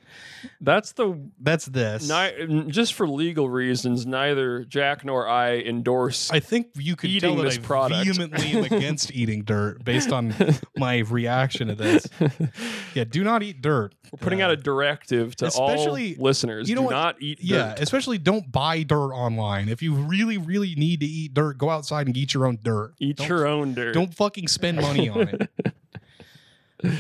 S1: That's the
S2: that's this.
S1: Ni- just for legal reasons, neither Jack nor I endorse.
S2: I think you could
S1: Eating
S2: tell
S1: this
S2: that I
S1: product.
S2: vehemently
S1: *laughs*
S2: am against eating dirt based on my reaction to this.
S1: *laughs*
S2: Yeah, do not eat dirt.
S1: We're putting out a directive to
S2: Especially-
S1: all listeners:
S2: you know
S1: do
S2: what-
S1: not eat.
S2: Yeah,
S1: dirt.
S2: especially don't buy dirt online. If you really, really need to eat dirt, go outside and eat your own dirt.
S1: eat
S2: Don't-
S1: your own dirt.
S2: Don't fucking spend money on it.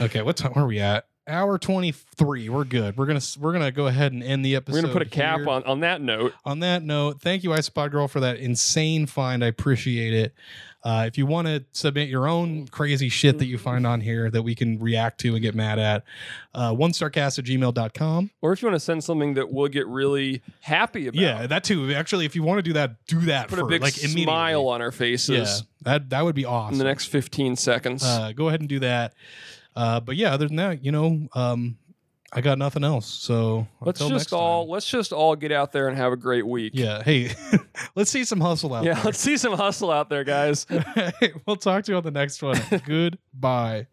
S2: okay, what time are we at? Hour twenty three. We're good. We're gonna we're gonna go ahead and end the episode.
S1: We're gonna put a cap
S2: here.
S1: on on that note.
S2: on that note, thank you, iSpot Girl, for that insane find. I appreciate it. Uh, if you want to submit your own crazy shit that you find on here that we can react to and get mad at, uh, one starcast at gmail.com.
S1: Or if you want to send something that we'll get really happy about.
S2: Yeah, that too. Actually, if you want to do that, do that
S1: Put
S2: for
S1: a big
S2: like immediately.
S1: smile on our faces
S2: Yeah, that, that would be
S1: in
S2: awesome.
S1: the next 15 seconds.
S2: uh, go ahead and do that. Uh, but yeah, other than that, you know, um, I got nothing else. So
S1: let's
S2: until
S1: just
S2: next
S1: all
S2: time.
S1: let's just all get out there and have a great week.
S2: Yeah. Hey, *laughs* let's see some hustle out
S1: *laughs* Yeah,
S2: there.
S1: let's see
S2: *laughs*
S1: some hustle out there, guys. *laughs*
S2: we'll talk to you on the next one. Goodbye.